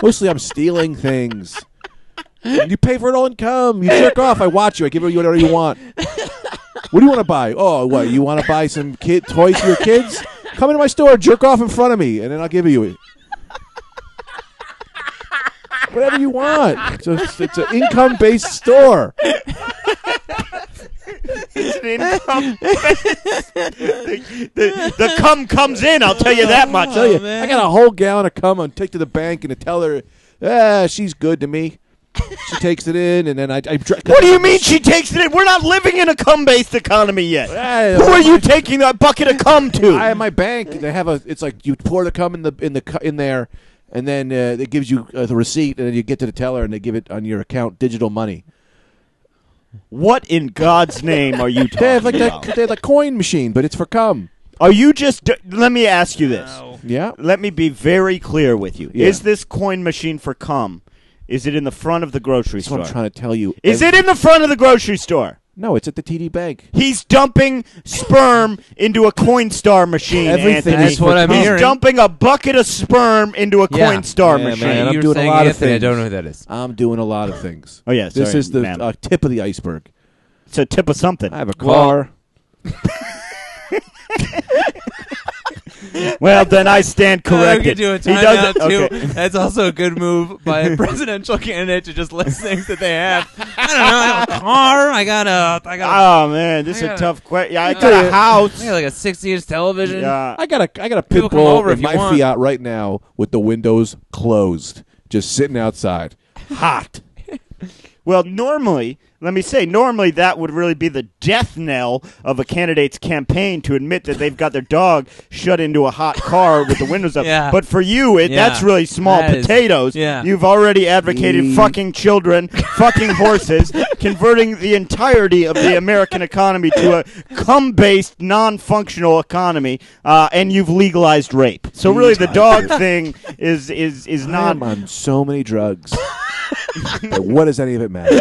Speaker 1: Mostly, I'm stealing things. And you pay for it all in cum. You jerk off. I watch you. I give you whatever you want. What do you want to buy? Oh, what? You want to buy some kid toys for your kids? Come into my store, jerk off in front of me, and then I'll give you it. Whatever you want. It's, a- it's an income based store.
Speaker 2: Oh, the, the cum comes in. I'll tell you that much.
Speaker 1: tell you,
Speaker 3: man.
Speaker 1: I got a whole gallon of cum and take to the bank and to tell her, ah, she's good to me. she takes it in, and then I. I dr-
Speaker 2: What do you mean she takes it in? We're not living in a cum based economy yet.
Speaker 1: Yeah,
Speaker 2: Who are you taking that bucket of cum to?
Speaker 1: I at my bank, they have a. It's like you pour the cum in the in the cu- in there, and then uh, it gives you uh, the receipt, and then you get to the teller, and they give it on your account digital money.
Speaker 2: what in God's name are you
Speaker 1: They
Speaker 2: talking
Speaker 1: have like
Speaker 2: about?
Speaker 1: that. They have a coin machine, but it's for cum.
Speaker 2: Are you just. d- Let me ask you this.
Speaker 1: Yeah.
Speaker 2: Let me be very clear with you.
Speaker 1: Yeah.
Speaker 2: Is this coin machine for cum? Is it in the front of the grocery
Speaker 1: That's
Speaker 2: store?
Speaker 1: what I'm trying to tell you.
Speaker 2: Is it in the front of the grocery store?
Speaker 1: No, it's at the TD Bank.
Speaker 2: He's dumping sperm into a Coinstar machine.
Speaker 1: Everything
Speaker 2: Anthony.
Speaker 1: is That's for what I'm cum.
Speaker 2: He's
Speaker 3: hearing.
Speaker 2: dumping a bucket of sperm into a
Speaker 3: Yeah.
Speaker 2: Coinstar
Speaker 1: Yeah,
Speaker 2: machine.
Speaker 1: man, I'm
Speaker 3: you were
Speaker 1: doing a
Speaker 3: saying
Speaker 1: lot of
Speaker 3: Anthony,
Speaker 1: things.
Speaker 3: I don't know who that is.
Speaker 1: I'm doing a lot of things.
Speaker 2: Oh, yeah,
Speaker 1: This
Speaker 2: sorry,
Speaker 1: is the
Speaker 2: ma'am.
Speaker 1: uh, tip of the iceberg.
Speaker 2: It's a tip of something.
Speaker 1: I have a
Speaker 3: Well-
Speaker 1: car.
Speaker 2: Well, then I stand
Speaker 3: I
Speaker 2: corrected.
Speaker 3: could do a
Speaker 2: he doesn't.
Speaker 3: timeout too.
Speaker 2: okay.
Speaker 3: That's also a good move by a presidential candidate to just list things that they have. I don't know. I have a car. I got a. I got. A,
Speaker 2: Oh man, this is
Speaker 3: I
Speaker 2: a
Speaker 3: got-
Speaker 2: tough question. Yeah, I
Speaker 3: I
Speaker 2: got
Speaker 3: got-
Speaker 2: a house.
Speaker 3: I got like a 60-inch television.
Speaker 2: Yeah.
Speaker 1: I got a I got a
Speaker 3: People
Speaker 1: pit
Speaker 3: come
Speaker 1: bull
Speaker 3: over
Speaker 1: in
Speaker 3: if you
Speaker 1: my
Speaker 3: want.
Speaker 1: Fiat right now with the windows closed, just sitting outside, hot.
Speaker 2: Well, normally, let me say, normally that would really be the death knell of a candidate's campaign to admit that they've got their dog shut into a hot car with the windows up.
Speaker 3: Yeah.
Speaker 2: But for you, it,
Speaker 3: Yeah.
Speaker 2: that's really small
Speaker 3: That is-
Speaker 2: potatoes.
Speaker 3: yeah.
Speaker 2: You've already advocated
Speaker 1: Mm.
Speaker 2: fucking children, fucking horses, converting the entirety of the American economy to a cum based, non functional economy, uh, and you've legalized rape. So really, the dog thing is, is, is not.
Speaker 1: I'm on so many drugs. but what does any of it matter,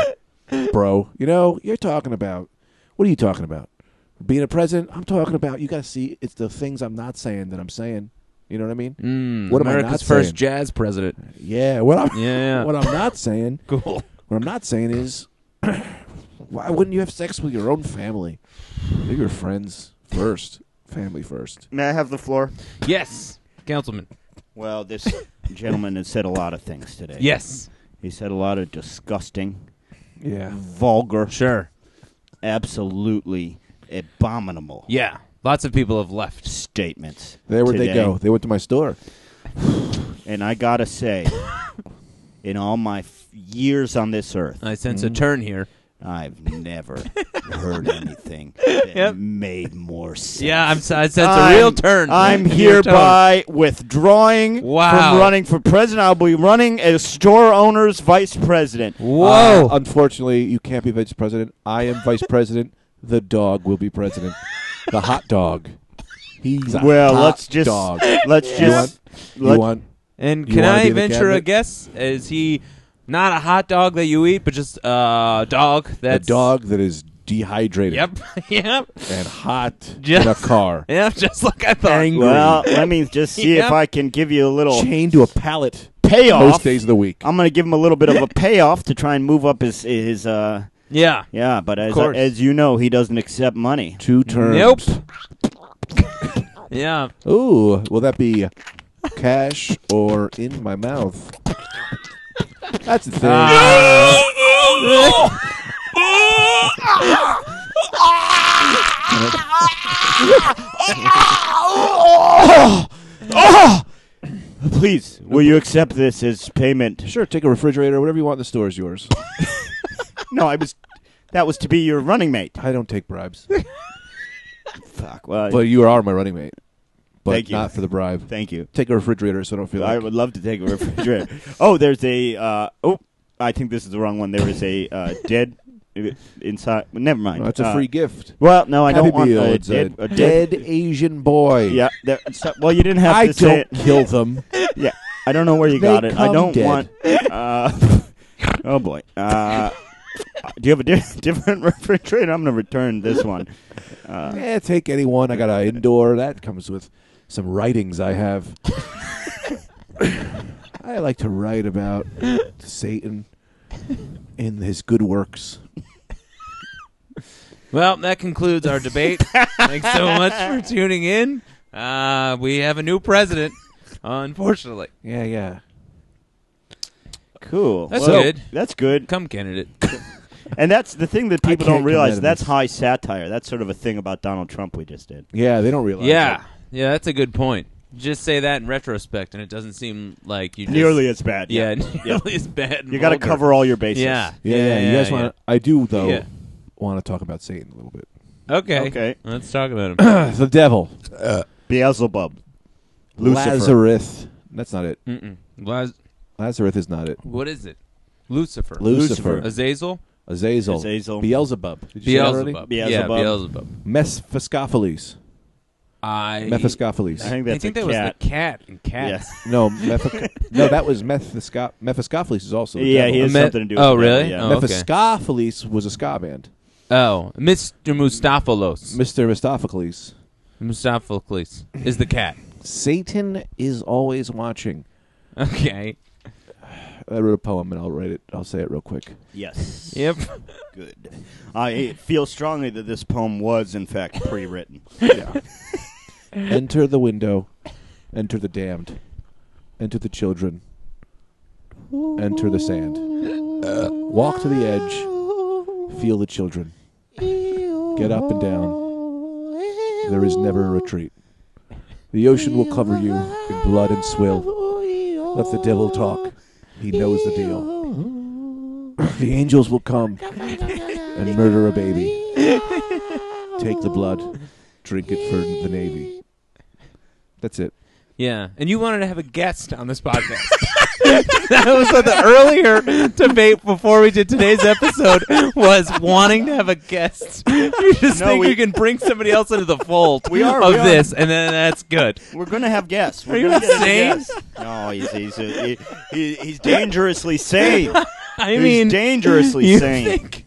Speaker 1: bro? You know, you're talking about. What are you talking about? Being a president? I'm talking about. You got to see. It's the things I'm not saying that I'm saying. You know what I mean?
Speaker 3: Mm,
Speaker 1: What am I
Speaker 3: America's
Speaker 1: not
Speaker 3: first
Speaker 1: saying?
Speaker 3: jazz president.
Speaker 1: Yeah. What I'm.
Speaker 3: Yeah.
Speaker 1: What I'm not saying.
Speaker 3: Cool.
Speaker 1: What I'm not saying is, why wouldn't you have sex with your own family? They're your friends first. Family first.
Speaker 2: May I have the floor?
Speaker 3: Yes, councilman.
Speaker 2: Well, this gentleman has said a lot of things today.
Speaker 3: Yes.
Speaker 2: He said a lot of disgusting,
Speaker 1: Yeah.
Speaker 2: vulgar,
Speaker 3: Sure.
Speaker 2: absolutely abominable
Speaker 3: Yeah. Lots of people have left.
Speaker 2: statements.
Speaker 1: There where
Speaker 2: today.
Speaker 1: they go. They went to my store.
Speaker 2: And I gotta say, in all my f- years on this earth,
Speaker 3: I sense a turn here.
Speaker 2: I've never heard anything that
Speaker 3: Yep.
Speaker 2: made more sense.
Speaker 3: Yeah, I'm, s- I sense a real
Speaker 2: I'm-
Speaker 3: turn.
Speaker 2: I'm
Speaker 3: in your tone.
Speaker 2: hereby withdrawing
Speaker 3: Wow.
Speaker 2: from running for president. I'll be running as store owner's vice president.
Speaker 1: Uh,
Speaker 3: Whoa.
Speaker 1: unfortunately, you can't be vice president. I am vice president. The dog will be president. The hot dog. He's a
Speaker 2: Well,
Speaker 1: hot
Speaker 2: let's just
Speaker 1: dog.
Speaker 2: let's
Speaker 1: You want?
Speaker 2: just let-
Speaker 1: You want?
Speaker 3: and
Speaker 1: you
Speaker 3: can
Speaker 1: wanna
Speaker 3: I
Speaker 1: be the
Speaker 3: venture a
Speaker 1: candidate?
Speaker 3: guess? Is he not a hot dog that you eat, but just a uh, dog
Speaker 1: A
Speaker 3: that's
Speaker 1: dog that is dehydrated
Speaker 3: Yep. yep.
Speaker 1: and hot
Speaker 3: Just-
Speaker 1: in a car,
Speaker 3: Yep. Just like I thought.
Speaker 2: Well, let me just see if
Speaker 3: Yeah.
Speaker 2: I can give you a little
Speaker 1: chained to a pallet
Speaker 2: payoff.
Speaker 1: most days of the week.
Speaker 2: I'm going to give him a little bit of a payoff to try and move up his his. Uh,
Speaker 3: Yeah.
Speaker 2: yeah, but as
Speaker 3: course.
Speaker 2: as you know, he doesn't accept money.
Speaker 1: Two terms.
Speaker 3: Nope. Yeah.
Speaker 1: Ooh, will that be cash or in my mouth? That's the thing.
Speaker 2: Ah.
Speaker 3: Uh,
Speaker 2: Please, will you accept this as payment?
Speaker 1: Sure, take a refrigerator, whatever you want. The store is yours.
Speaker 2: No, I was. That was to be your running mate. Oh,
Speaker 1: I don't take bribes,
Speaker 2: Fuck. Well,
Speaker 1: but you are my running mate. But
Speaker 2: Thank you.
Speaker 1: not for the bribe.
Speaker 2: thank you.
Speaker 1: Take a refrigerator, so I don't feel
Speaker 2: I
Speaker 1: like.
Speaker 2: would love to take a refrigerator. oh, there's a. Uh, oh, I think this is the wrong one. There is a uh, dead inside. Never mind.
Speaker 1: No, it's a
Speaker 2: Uh,
Speaker 1: free gift.
Speaker 2: Well, no, I
Speaker 1: Happy
Speaker 2: don't want
Speaker 1: Meal,
Speaker 2: a
Speaker 1: it's
Speaker 2: dead, a dead.
Speaker 1: dead Asian boy.
Speaker 2: Yeah. There, so- well, you didn't have
Speaker 1: I
Speaker 2: to say
Speaker 1: don't
Speaker 2: it.
Speaker 1: kill them.
Speaker 2: Yeah, I don't know where you
Speaker 1: They
Speaker 2: got it. I
Speaker 1: come
Speaker 2: don't
Speaker 1: dead.
Speaker 2: want. Uh, oh boy. Uh, do you have a di- different refrigerator? I'm gonna return this one. Uh,
Speaker 1: Eh, take anyone. I got an indoor. That comes with some writings I have. I like to write about Satan and his good works.
Speaker 3: Well, that concludes our debate. Thanks so much for tuning in. Uh, we have a new president, unfortunately.
Speaker 1: Yeah, yeah.
Speaker 2: cool.
Speaker 3: That's
Speaker 2: Well,
Speaker 3: good.
Speaker 2: That's good.
Speaker 3: Come, candidate.
Speaker 2: And that's the thing that
Speaker 1: I
Speaker 2: people
Speaker 1: can't come
Speaker 2: don't
Speaker 1: out
Speaker 2: realize.
Speaker 1: of
Speaker 2: That's
Speaker 1: this.
Speaker 2: high satire. That's sort of a thing about Donald Trump we just did.
Speaker 1: Yeah, they don't realize.
Speaker 3: yeah.
Speaker 1: it.
Speaker 3: Yeah, that's a good point. Just say that in retrospect, and it doesn't seem like you just,
Speaker 2: Nearly as bad.
Speaker 3: yeah, nearly as bad. and
Speaker 2: You got to
Speaker 3: vulgar.
Speaker 2: cover all your bases.
Speaker 3: Yeah,
Speaker 1: Yeah, you guys want? to I do though.
Speaker 3: Yeah.
Speaker 1: Want to talk about Satan a little bit?
Speaker 3: yeah. Okay,
Speaker 2: Okay.
Speaker 3: Let's talk about him.
Speaker 1: the devil,
Speaker 2: Beelzebub. Lucifer.
Speaker 1: Lazarus. That's not it.
Speaker 3: Mm-mm. Laz-
Speaker 1: Lazarus is not it.
Speaker 3: what is it? Lucifer,
Speaker 1: Lucifer,
Speaker 3: Azazel,
Speaker 1: Azazel,
Speaker 2: Azazel.
Speaker 1: Beelzebub. Did you say that already?
Speaker 3: Beelzebub. Yeah,
Speaker 2: Beelzebub.
Speaker 3: Beelzebub.
Speaker 1: Mephistopheles.
Speaker 3: I.
Speaker 2: I
Speaker 1: Mephistopheles.
Speaker 2: think
Speaker 3: I
Speaker 2: that's
Speaker 3: think
Speaker 2: a
Speaker 3: that was
Speaker 2: cat.
Speaker 3: the cat and cats.
Speaker 2: Yes.
Speaker 1: No, Mephic- no, that was Mephisco- Mephistopheles is also. the
Speaker 2: Yeah,
Speaker 1: devil.
Speaker 2: he has
Speaker 3: Me-
Speaker 2: something to do with
Speaker 3: oh,
Speaker 2: the
Speaker 3: really?
Speaker 2: devil,
Speaker 3: Oh.
Speaker 2: Yeah.
Speaker 3: okay.
Speaker 1: Mephistopheles was a ska band.
Speaker 3: Oh, Mr. Mustapholos.
Speaker 1: Mr. Mephistopheles.
Speaker 3: Mustaphocles is the cat.
Speaker 1: Satan is always watching.
Speaker 3: Okay.
Speaker 1: I wrote a poem and I'll write it. I'll say it real quick.
Speaker 2: Yes.
Speaker 3: Yep.
Speaker 2: Good. I feel strongly that this poem was, in fact, pre-written.
Speaker 1: Enter the window. Enter the damned. Enter the children. Enter the sand. Walk Uh, to the edge. Feel the children. Get up and down. There is never a retreat. The ocean will cover you in blood and swill. Let the devil talk. He knows the deal. The angels will come and murder a baby. Take the blood. Drink it for the Navy. That's it.
Speaker 3: Yeah. And you wanted to have a guest on this podcast. that was what the earlier debate before we did today's episode was wanting to have a guest. You just
Speaker 2: No,
Speaker 3: think
Speaker 2: we-
Speaker 3: you can bring somebody else into the fold
Speaker 2: We are-
Speaker 3: of
Speaker 2: we are.
Speaker 3: this, and then that's good.
Speaker 2: We're gonna have guests. We're
Speaker 3: you
Speaker 2: gonna get a
Speaker 3: insane?
Speaker 2: guest. No, he's he's a, he, he, he's dangerously sane.
Speaker 3: I
Speaker 2: he's
Speaker 3: mean,
Speaker 2: dangerously
Speaker 3: you
Speaker 2: sane.
Speaker 3: think-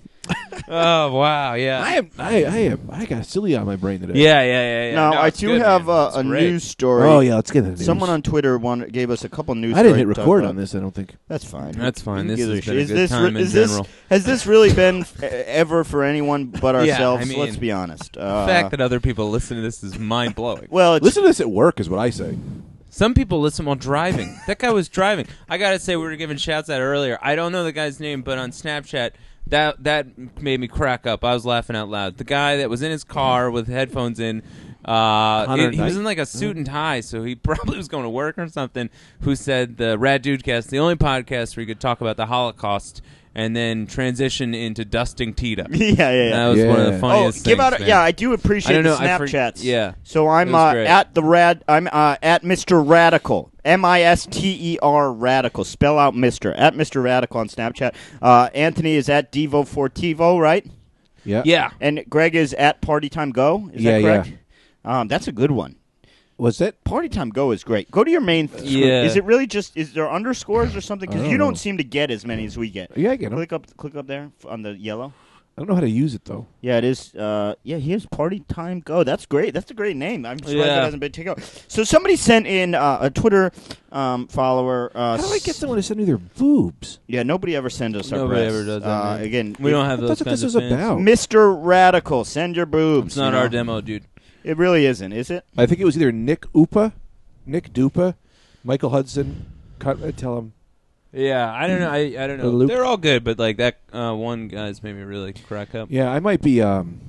Speaker 3: Oh wow! Yeah.
Speaker 1: I am. I, I am. I got silly on my brain today.
Speaker 3: yeah, yeah, yeah, yeah.
Speaker 2: Now
Speaker 3: No,
Speaker 2: I
Speaker 3: it's
Speaker 2: do
Speaker 3: good,
Speaker 2: have
Speaker 3: man.
Speaker 2: uh,
Speaker 3: It's
Speaker 2: a
Speaker 3: great.
Speaker 2: news story.
Speaker 1: Oh yeah. Let's get it.
Speaker 2: Someone on Twitter wanted, gave us a couple news.
Speaker 1: I didn't hit
Speaker 2: stories to talk
Speaker 1: record
Speaker 2: about.
Speaker 1: on this. I don't think.
Speaker 2: That's fine.
Speaker 3: That's fine.
Speaker 2: Who
Speaker 3: This
Speaker 2: gives
Speaker 3: has
Speaker 2: a
Speaker 3: been
Speaker 2: shit?
Speaker 3: a
Speaker 2: Is
Speaker 3: good
Speaker 2: this
Speaker 3: time
Speaker 2: re-
Speaker 3: in
Speaker 2: is this-
Speaker 3: general.
Speaker 2: has this really been f- ever for anyone but
Speaker 3: Yeah,
Speaker 2: ourselves?
Speaker 3: I mean-
Speaker 2: Let's be honest.
Speaker 3: The
Speaker 2: Uh,
Speaker 3: fact that other people listen to this is mind blowing.
Speaker 2: well, it's,
Speaker 1: Listen to this at work is what I say.
Speaker 3: Some people listen while driving. That guy was driving. I gotta say, we were giving shouts out earlier. I don't know the guy's name, but on Snapchat, that that made me crack up. I was laughing out loud. The guy that was in his car with headphones in, uh,
Speaker 1: Connor
Speaker 3: it- he was
Speaker 1: Knight?
Speaker 3: in like a suit and tie, so he probably was going to work or something. Who said the Rad Dudecast, the only podcast where you could talk about the Holocaust and then transition into dusting Tita.
Speaker 2: yeah, yeah, yeah.
Speaker 3: That was one of the
Speaker 1: Yeah.
Speaker 2: Oh,
Speaker 3: funniest.
Speaker 2: give
Speaker 3: things,
Speaker 2: out! a-
Speaker 3: man.
Speaker 2: Yeah, I do appreciate
Speaker 3: I don't know,
Speaker 2: the
Speaker 3: I for-
Speaker 2: Snapchats.
Speaker 3: yeah.
Speaker 2: So
Speaker 3: It
Speaker 2: I'm
Speaker 3: was
Speaker 2: uh,
Speaker 3: great.
Speaker 2: at the rad. I'm uh, at Mr. Radical. M I S T E R Radical. Spell out Mr. At Mr. Radical on Snapchat. Uh, Anthony is at Devo Fortivo, right?
Speaker 1: Yeah.
Speaker 3: yeah.
Speaker 2: And Greg is at Party Time Go. Is
Speaker 1: Yeah,
Speaker 2: that
Speaker 1: yeah.
Speaker 2: correct? Um, that's a good one.
Speaker 1: Was it?
Speaker 2: Party Time Go is great. Go to your main. Th-
Speaker 3: Yeah. Oh.
Speaker 2: Is it really just? Is there underscores or something? Because
Speaker 1: I
Speaker 2: you
Speaker 1: don't
Speaker 2: don't
Speaker 1: know.
Speaker 2: seem to get as many as we get.
Speaker 1: Yeah, I get 'em.
Speaker 2: Click up. Click up there f- on the yellow.
Speaker 1: I don't know how to use it though.
Speaker 2: Yeah, it is. Uh, yeah, he is Party Time Go. That's great. That's a great name. I'm surprised
Speaker 3: Yeah.
Speaker 2: that hasn't been taken out. So somebody sent in uh, a Twitter um, follower.
Speaker 1: How
Speaker 2: Uh,
Speaker 1: do I get
Speaker 2: s-
Speaker 1: someone to send me their boobs?
Speaker 2: Yeah, nobody ever sends us. our
Speaker 3: Nobody
Speaker 2: breasts.
Speaker 3: ever does that,
Speaker 2: Uh,
Speaker 3: man.
Speaker 2: again,
Speaker 3: We
Speaker 2: it-
Speaker 3: don't have those.
Speaker 1: That's what
Speaker 3: kinds
Speaker 1: this
Speaker 3: of
Speaker 1: is
Speaker 3: fans.
Speaker 1: about.
Speaker 2: Mr. Radical, send your boobs.
Speaker 3: It's not
Speaker 2: you
Speaker 3: our
Speaker 2: know?
Speaker 3: demo, dude.
Speaker 2: It really isn't, is it?
Speaker 1: I think it was either Nick Upa, Nick Dupa, Michael Hudson. Cut, uh, tell him.
Speaker 3: Yeah, I don't know. I, I don't
Speaker 1: Or
Speaker 3: know.
Speaker 1: Luke.
Speaker 3: They're all good, but like that uh, one guy's made me really crack up.
Speaker 1: Yeah, I might be. Um,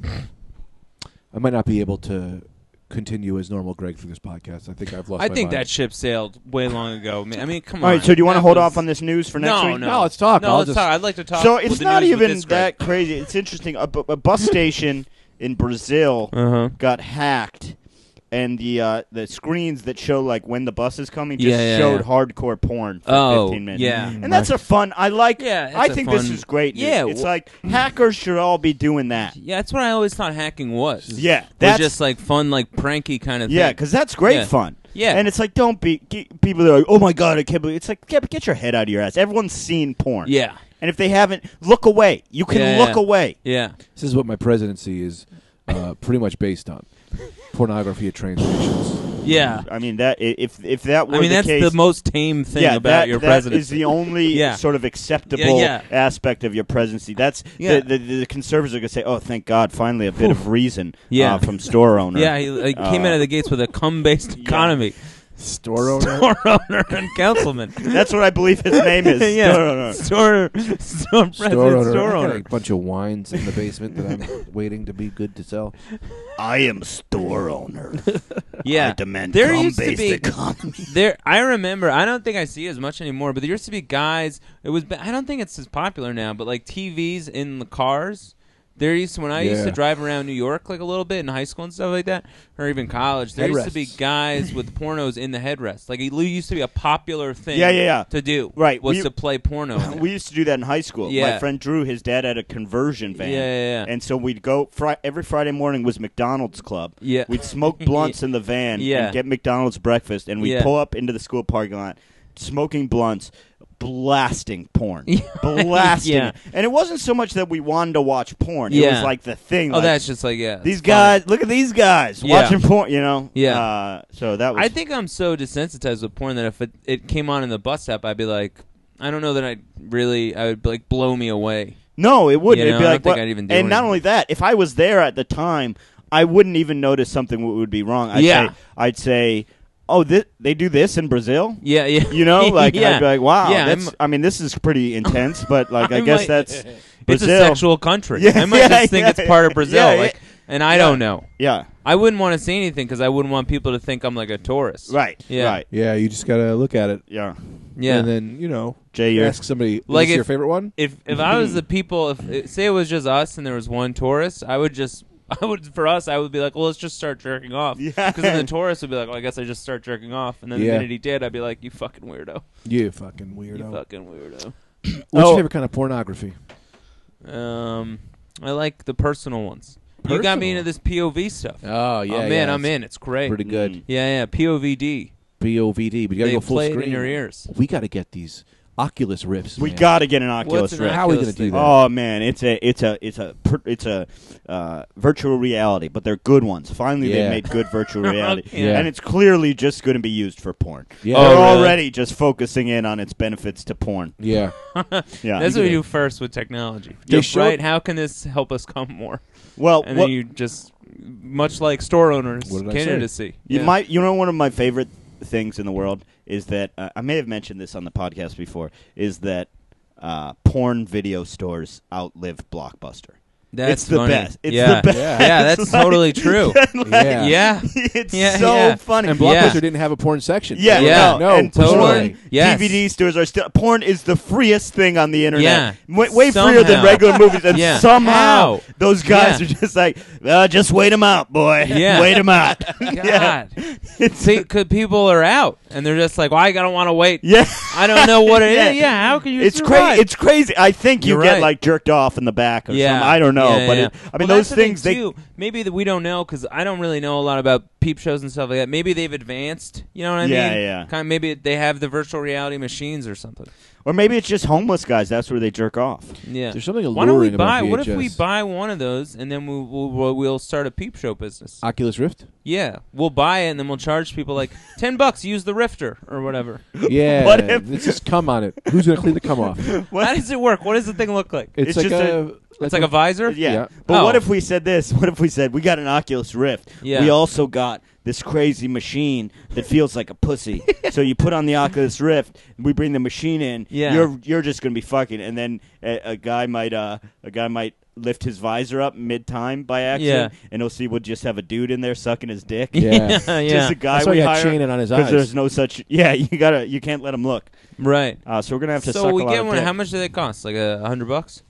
Speaker 1: I might not be able to continue as normal Greg through this podcast. I think I've lost.
Speaker 3: I
Speaker 1: my
Speaker 3: think
Speaker 1: mind.
Speaker 3: that ship sailed way long ago. man. I mean, come
Speaker 2: All
Speaker 3: on.
Speaker 2: right. So do you want to
Speaker 3: That
Speaker 2: hold
Speaker 3: was-
Speaker 2: off on this news for next
Speaker 3: no,
Speaker 2: week?
Speaker 3: No,
Speaker 1: No, let's talk.
Speaker 3: No,
Speaker 1: I'll
Speaker 3: let's
Speaker 1: just-
Speaker 3: talk. I'd like to talk.
Speaker 2: So
Speaker 3: with
Speaker 2: it's
Speaker 3: the
Speaker 2: not
Speaker 3: news with
Speaker 2: even
Speaker 3: this guy.
Speaker 2: that crazy. It's interesting. A, bu- a bus station in Brazil
Speaker 3: Uh-huh.
Speaker 2: got hacked, and the uh, the screens that show like when the bus is coming just
Speaker 3: Yeah, yeah,
Speaker 2: showed
Speaker 3: yeah.
Speaker 2: hardcore porn for
Speaker 3: Oh,
Speaker 2: 15 minutes.
Speaker 3: yeah.
Speaker 2: and that's a fun. I like.
Speaker 3: Yeah,
Speaker 2: I
Speaker 3: it's a
Speaker 2: think this
Speaker 3: fun-
Speaker 2: is great. news.
Speaker 3: Yeah,
Speaker 2: it's
Speaker 3: wh-
Speaker 2: like hackers should all be doing that.
Speaker 3: Yeah, that's what I always thought hacking was. Was
Speaker 2: Yeah, that's
Speaker 3: just like fun, like pranky kind of.
Speaker 2: yeah,
Speaker 3: thing.
Speaker 2: because that's great
Speaker 3: Yeah.
Speaker 2: fun.
Speaker 3: Yeah.
Speaker 2: and it's like don't be ge- people that are like, oh my god, I can't believe it's like get, get your head out of your ass. Everyone's seen porn.
Speaker 3: yeah,
Speaker 2: and if they haven't, look away. You can
Speaker 3: Yeah,
Speaker 2: look
Speaker 3: yeah.
Speaker 2: away.
Speaker 3: yeah.
Speaker 1: This is what my presidency is uh, pretty much based on: pornography at train stations.
Speaker 3: Yeah.
Speaker 2: I mean that i- if if that were
Speaker 3: I mean,
Speaker 2: the
Speaker 3: that's
Speaker 2: case,
Speaker 3: the most tame thing
Speaker 2: yeah,
Speaker 3: about
Speaker 2: that,
Speaker 3: your
Speaker 2: that
Speaker 3: presidency.
Speaker 2: is the only
Speaker 3: Yeah.
Speaker 2: sort of acceptable
Speaker 3: yeah.
Speaker 2: aspect of your presidency. That's
Speaker 3: Yeah.
Speaker 2: the, the, the conservatives are going to say, "Oh, thank God, finally a bit of reason
Speaker 3: Yeah.
Speaker 2: uh, from store owner."
Speaker 3: yeah, he like, came
Speaker 2: Uh,
Speaker 3: out of the gates with a cum-based economy.
Speaker 1: Store owner.
Speaker 3: Store owner and councilman.
Speaker 2: that's what I believe his name is.
Speaker 3: yeah.
Speaker 2: Store owner.
Speaker 3: Store, store, president,
Speaker 1: Store owner.
Speaker 3: store
Speaker 1: I got
Speaker 3: owner.
Speaker 1: a bunch of wines in the basement that I'm waiting to be good to sell.
Speaker 2: I am store owner.
Speaker 3: Yeah,
Speaker 2: I demand
Speaker 3: there
Speaker 2: drum
Speaker 3: used to
Speaker 2: based
Speaker 3: be-
Speaker 2: economy.
Speaker 3: there I remember I don't think I see it as much anymore, but there used to be guys it was I don't think it's as popular now, but like TVs in the cars. There used to, when I used to
Speaker 1: Yeah.
Speaker 3: drive around New York like a little bit in high school and stuff like that, or even college, there used to be
Speaker 1: Headrests.
Speaker 3: guys with pornos in the headrest. Like it used to be a popular thing
Speaker 2: Yeah, yeah, yeah.
Speaker 3: to do.
Speaker 2: Right,
Speaker 3: Was
Speaker 2: we-
Speaker 3: to play porno. in it.
Speaker 2: we used to do that in high school. My
Speaker 3: Yeah.
Speaker 2: friend Drew, his dad had a conversion van.
Speaker 3: Yeah, yeah, yeah.
Speaker 2: And so we'd go fri- every Friday morning was McDonald's Club.
Speaker 3: Yeah.
Speaker 2: We'd smoke blunts in the van
Speaker 3: Yeah.
Speaker 2: and get McDonald's breakfast, and we'd
Speaker 3: Yeah.
Speaker 2: pull up into the school parking lot, smoking blunts. Blasting porn, blasting,
Speaker 3: Yeah.
Speaker 2: and it wasn't so much that we wanted to watch porn. It was
Speaker 3: Yeah.
Speaker 2: like the thing.
Speaker 3: oh,
Speaker 2: like,
Speaker 3: that's just like yeah.
Speaker 2: these
Speaker 3: it's funny.
Speaker 2: guys. Look at these guys
Speaker 3: Yeah.
Speaker 2: watching porn. You know.
Speaker 3: Yeah.
Speaker 2: Uh, so that was.
Speaker 3: I think I'm so desensitized with porn that if it, it came on in the bus app, I'd be like, I don't know that I'd really, I would like blow me away.
Speaker 2: No, it wouldn't.
Speaker 3: You
Speaker 2: It'd be
Speaker 3: know, I don't
Speaker 2: like,
Speaker 3: think
Speaker 2: what-
Speaker 3: I'd even do
Speaker 2: and not
Speaker 3: anything.
Speaker 2: only that, if I was there at the time, I wouldn't even notice something w- would be wrong. I'd
Speaker 3: Yeah.
Speaker 2: say, I'd say, oh, thi- they do this in Brazil.
Speaker 3: Yeah, yeah.
Speaker 2: You know, like I'd be like, wow,
Speaker 3: Yeah,
Speaker 2: that's.
Speaker 3: I'm-
Speaker 2: I mean, this is pretty intense, but like I,
Speaker 3: I
Speaker 2: guess
Speaker 3: might-
Speaker 2: that's
Speaker 3: it's
Speaker 2: Brazil.
Speaker 3: a sexual country.
Speaker 2: Yeah,
Speaker 3: I might
Speaker 2: yeah,
Speaker 3: just think
Speaker 2: yeah,
Speaker 3: it's part of Brazil,
Speaker 2: yeah, yeah.
Speaker 3: like, and I don't know.
Speaker 2: Yeah,
Speaker 3: I wouldn't want to say anything because I wouldn't want people to think I'm like a tourist.
Speaker 2: right.
Speaker 3: Yeah.
Speaker 2: Right.
Speaker 1: Yeah, you just gotta look at it,
Speaker 2: Yeah.
Speaker 3: Yeah.
Speaker 1: and then you know,
Speaker 2: Jay, you're-
Speaker 1: ask somebody.
Speaker 3: Like
Speaker 1: is this
Speaker 3: if-
Speaker 1: your favorite one?
Speaker 3: if if I was the people, if say it was just us and there was one tourist, I would just. I would for us. I would be like, well, let's just start jerking off.
Speaker 2: Yeah.
Speaker 3: Because then the tourist would be like, well, I guess I just start jerking off. And then
Speaker 1: Yeah.
Speaker 3: the minute he did, I'd be like, you fucking weirdo.
Speaker 1: You fucking
Speaker 3: You
Speaker 1: weirdo.
Speaker 3: fucking weirdo.
Speaker 1: What's
Speaker 2: Oh.
Speaker 1: your favorite kind of pornography?
Speaker 3: Um, I like the personal ones. You got me
Speaker 1: Personal?
Speaker 3: into this POV stuff.
Speaker 1: Oh yeah,
Speaker 3: oh man, I'm in. It's great.
Speaker 1: Pretty good.
Speaker 3: Yeah, yeah. POVD.
Speaker 1: BOVD, but you gotta
Speaker 3: They
Speaker 1: go full
Speaker 3: play it in
Speaker 1: screen.
Speaker 3: your ears.
Speaker 1: We gotta get these Oculus Rifts.
Speaker 2: We
Speaker 1: man.
Speaker 2: got to get an Oculus
Speaker 3: an
Speaker 2: Rift.
Speaker 1: How are we gonna
Speaker 3: Oculus
Speaker 1: do
Speaker 3: thing.
Speaker 1: that?
Speaker 2: Oh man, it's a it's a it's a per- it's a uh, virtual reality, but they're good ones. Finally, they
Speaker 1: Yeah.
Speaker 2: made good virtual reality,
Speaker 1: Yeah.
Speaker 2: and it's clearly just going to be used for porn.
Speaker 1: Yeah.
Speaker 2: They're
Speaker 1: Oh,
Speaker 3: really?
Speaker 2: already just focusing in on its benefits to porn.
Speaker 1: Yeah.
Speaker 2: Yeah.
Speaker 3: That's what we do first with technology.
Speaker 1: They
Speaker 3: Just,
Speaker 1: showed-
Speaker 3: right? How can this help us come more?
Speaker 2: well,
Speaker 3: And
Speaker 2: what-
Speaker 3: then you just, much like store owners,
Speaker 1: What did I
Speaker 3: candidacy.
Speaker 2: You
Speaker 3: Yeah.
Speaker 2: might, you know, one of my favorite things in the world is that uh, I may have mentioned this on the podcast before. Is that uh, porn video stores outlived Blockbuster?
Speaker 3: That's
Speaker 2: it's the
Speaker 3: funny.
Speaker 2: best. It's
Speaker 3: yeah.
Speaker 2: the best.
Speaker 1: Yeah.
Speaker 3: Yeah, that's
Speaker 2: Like-
Speaker 3: totally true.
Speaker 1: Yeah.
Speaker 3: yeah.
Speaker 2: it's
Speaker 3: Yeah,
Speaker 2: so
Speaker 3: yeah.
Speaker 2: funny.
Speaker 1: And
Speaker 3: Block-
Speaker 1: Blockbuster
Speaker 3: Yeah.
Speaker 1: didn't have a porn section.
Speaker 2: Yeah,
Speaker 3: Yeah.
Speaker 2: no,
Speaker 1: no,
Speaker 2: and
Speaker 1: for sure.
Speaker 2: porn,
Speaker 3: Yes.
Speaker 2: DVD stores are still. Porn is the freest thing on the internet.
Speaker 3: Yeah.
Speaker 2: Wa- way freer than
Speaker 3: Somehow.
Speaker 2: regular movies, and
Speaker 3: Yeah.
Speaker 2: somehow
Speaker 3: How?
Speaker 2: those guys
Speaker 3: Yeah.
Speaker 2: are just like, uh, just wait them out, boy.
Speaker 3: Yeah.
Speaker 2: wait them out. yeah,
Speaker 3: God.
Speaker 2: it's
Speaker 3: See, cause people are out and they're just like, well, I don't want to wait.
Speaker 2: yeah.
Speaker 3: I don't know what it is.
Speaker 2: Yeah.
Speaker 3: yeah. How can you?
Speaker 2: It's
Speaker 3: survive?
Speaker 2: crazy. It's crazy. I think you
Speaker 3: You're
Speaker 2: get
Speaker 3: right.
Speaker 2: like jerked off in the back or
Speaker 3: yeah,
Speaker 2: something. I don't know,
Speaker 3: Yeah,
Speaker 2: but
Speaker 3: yeah.
Speaker 2: it, I mean
Speaker 3: Well,
Speaker 2: those
Speaker 3: that's the thing,
Speaker 2: things. They
Speaker 3: too. maybe that we don't know because I don't really know a lot about peep shows and stuff like that. Maybe they've advanced. You know what I
Speaker 2: Yeah,
Speaker 3: mean?
Speaker 2: yeah.
Speaker 3: Kind of, maybe they have the virtual reality machines or something.
Speaker 2: or maybe it's just homeless guys. That's where they jerk off.
Speaker 3: Yeah.
Speaker 1: There's something
Speaker 3: Why don't we
Speaker 1: alluring
Speaker 3: buy?
Speaker 1: about
Speaker 3: What if
Speaker 1: VHS.
Speaker 3: we buy one of those and then we, we'll, we'll we'll start a peep show business?
Speaker 1: Oculus Rift?
Speaker 3: yeah, we'll buy it and then we'll charge people like ten bucks. Use the rifter or whatever.
Speaker 1: Yeah.
Speaker 2: What if-
Speaker 1: It's just cum on it. Who's gonna clean the cum off?
Speaker 3: How does it work? What does the thing look like?
Speaker 1: It's,
Speaker 2: It's
Speaker 1: like
Speaker 2: just
Speaker 1: a,
Speaker 2: a-
Speaker 3: it's like a visor.
Speaker 2: Yeah.
Speaker 1: Yeah.
Speaker 2: But
Speaker 3: Oh.
Speaker 2: what if we said this? What if we said we got an Oculus Rift?
Speaker 3: Yeah.
Speaker 2: We also got this crazy machine that feels like a pussy. so you put on the Oculus Rift, we bring the machine in.
Speaker 3: Yeah.
Speaker 2: You're you're just gonna be fucking, and then a, a guy might uh a guy might lift his visor up mid time by accident, and he'll see we'll just have a dude in there sucking his dick.
Speaker 1: Yeah.
Speaker 3: yeah,
Speaker 2: Just a guy
Speaker 1: That's why
Speaker 2: we
Speaker 1: you
Speaker 2: hire
Speaker 1: had chain it on his
Speaker 2: because
Speaker 1: eyes.
Speaker 2: there's no such. Yeah, you gotta you can't let him look.
Speaker 3: right.
Speaker 2: Uh, so we're gonna have to.
Speaker 3: So
Speaker 2: suck
Speaker 3: we
Speaker 2: a lot
Speaker 3: get
Speaker 2: of
Speaker 3: one.
Speaker 2: dick.
Speaker 3: How much do they cost? Like a hundred bucks.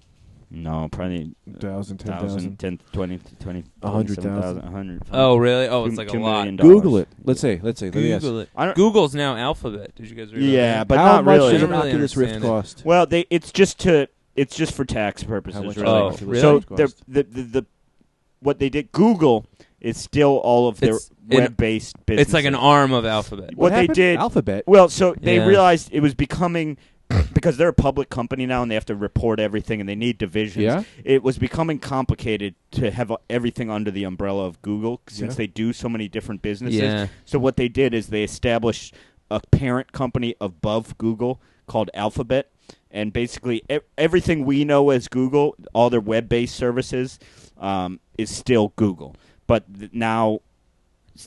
Speaker 2: No, probably uh,
Speaker 1: thousand, ten
Speaker 2: thousand,
Speaker 1: thousand.
Speaker 2: ten, twenty, twenty,
Speaker 1: A hundred
Speaker 2: twenty-seven
Speaker 1: thousand.
Speaker 2: thousand, a hundred.
Speaker 3: Oh, really? Oh,
Speaker 2: Um, Two-
Speaker 3: it's like a
Speaker 2: two
Speaker 3: lot.
Speaker 2: million dollars.
Speaker 1: Google it. Let's say. Let's say. Let me
Speaker 3: Google
Speaker 1: ask.
Speaker 3: it.
Speaker 2: I don't-
Speaker 3: Google's now Alphabet. Did you guys read? about
Speaker 2: Yeah,
Speaker 3: that?
Speaker 2: but
Speaker 1: How
Speaker 2: not
Speaker 1: much
Speaker 2: really.
Speaker 1: does an
Speaker 3: I don't really
Speaker 1: Oculus Rift
Speaker 3: understand it.
Speaker 1: cost?
Speaker 2: Well, they it's just to it's just for tax purposes,
Speaker 1: How much
Speaker 2: really.
Speaker 1: Oculus
Speaker 3: does an Oh, really?
Speaker 2: So
Speaker 1: Rift
Speaker 2: the,
Speaker 1: cost?
Speaker 2: the the the what they did Google is still all of their
Speaker 3: It's an-
Speaker 2: web based business.
Speaker 3: it's like an arm of Alphabet.
Speaker 2: What they
Speaker 1: happened?
Speaker 2: did-
Speaker 1: Alphabet.
Speaker 2: Well, so they
Speaker 3: Yeah.
Speaker 2: realized it was becoming because they're a public company now and they have to report everything and they need divisions.
Speaker 1: Yeah.
Speaker 2: It was becoming complicated to have uh, everything under the umbrella of Google since
Speaker 1: Yeah.
Speaker 2: they do so many different businesses.
Speaker 3: Yeah.
Speaker 2: So what they did is they established a parent company above Google called Alphabet. And basically, e- everything we know as Google, all their web-based services, um, is still Google. But th- now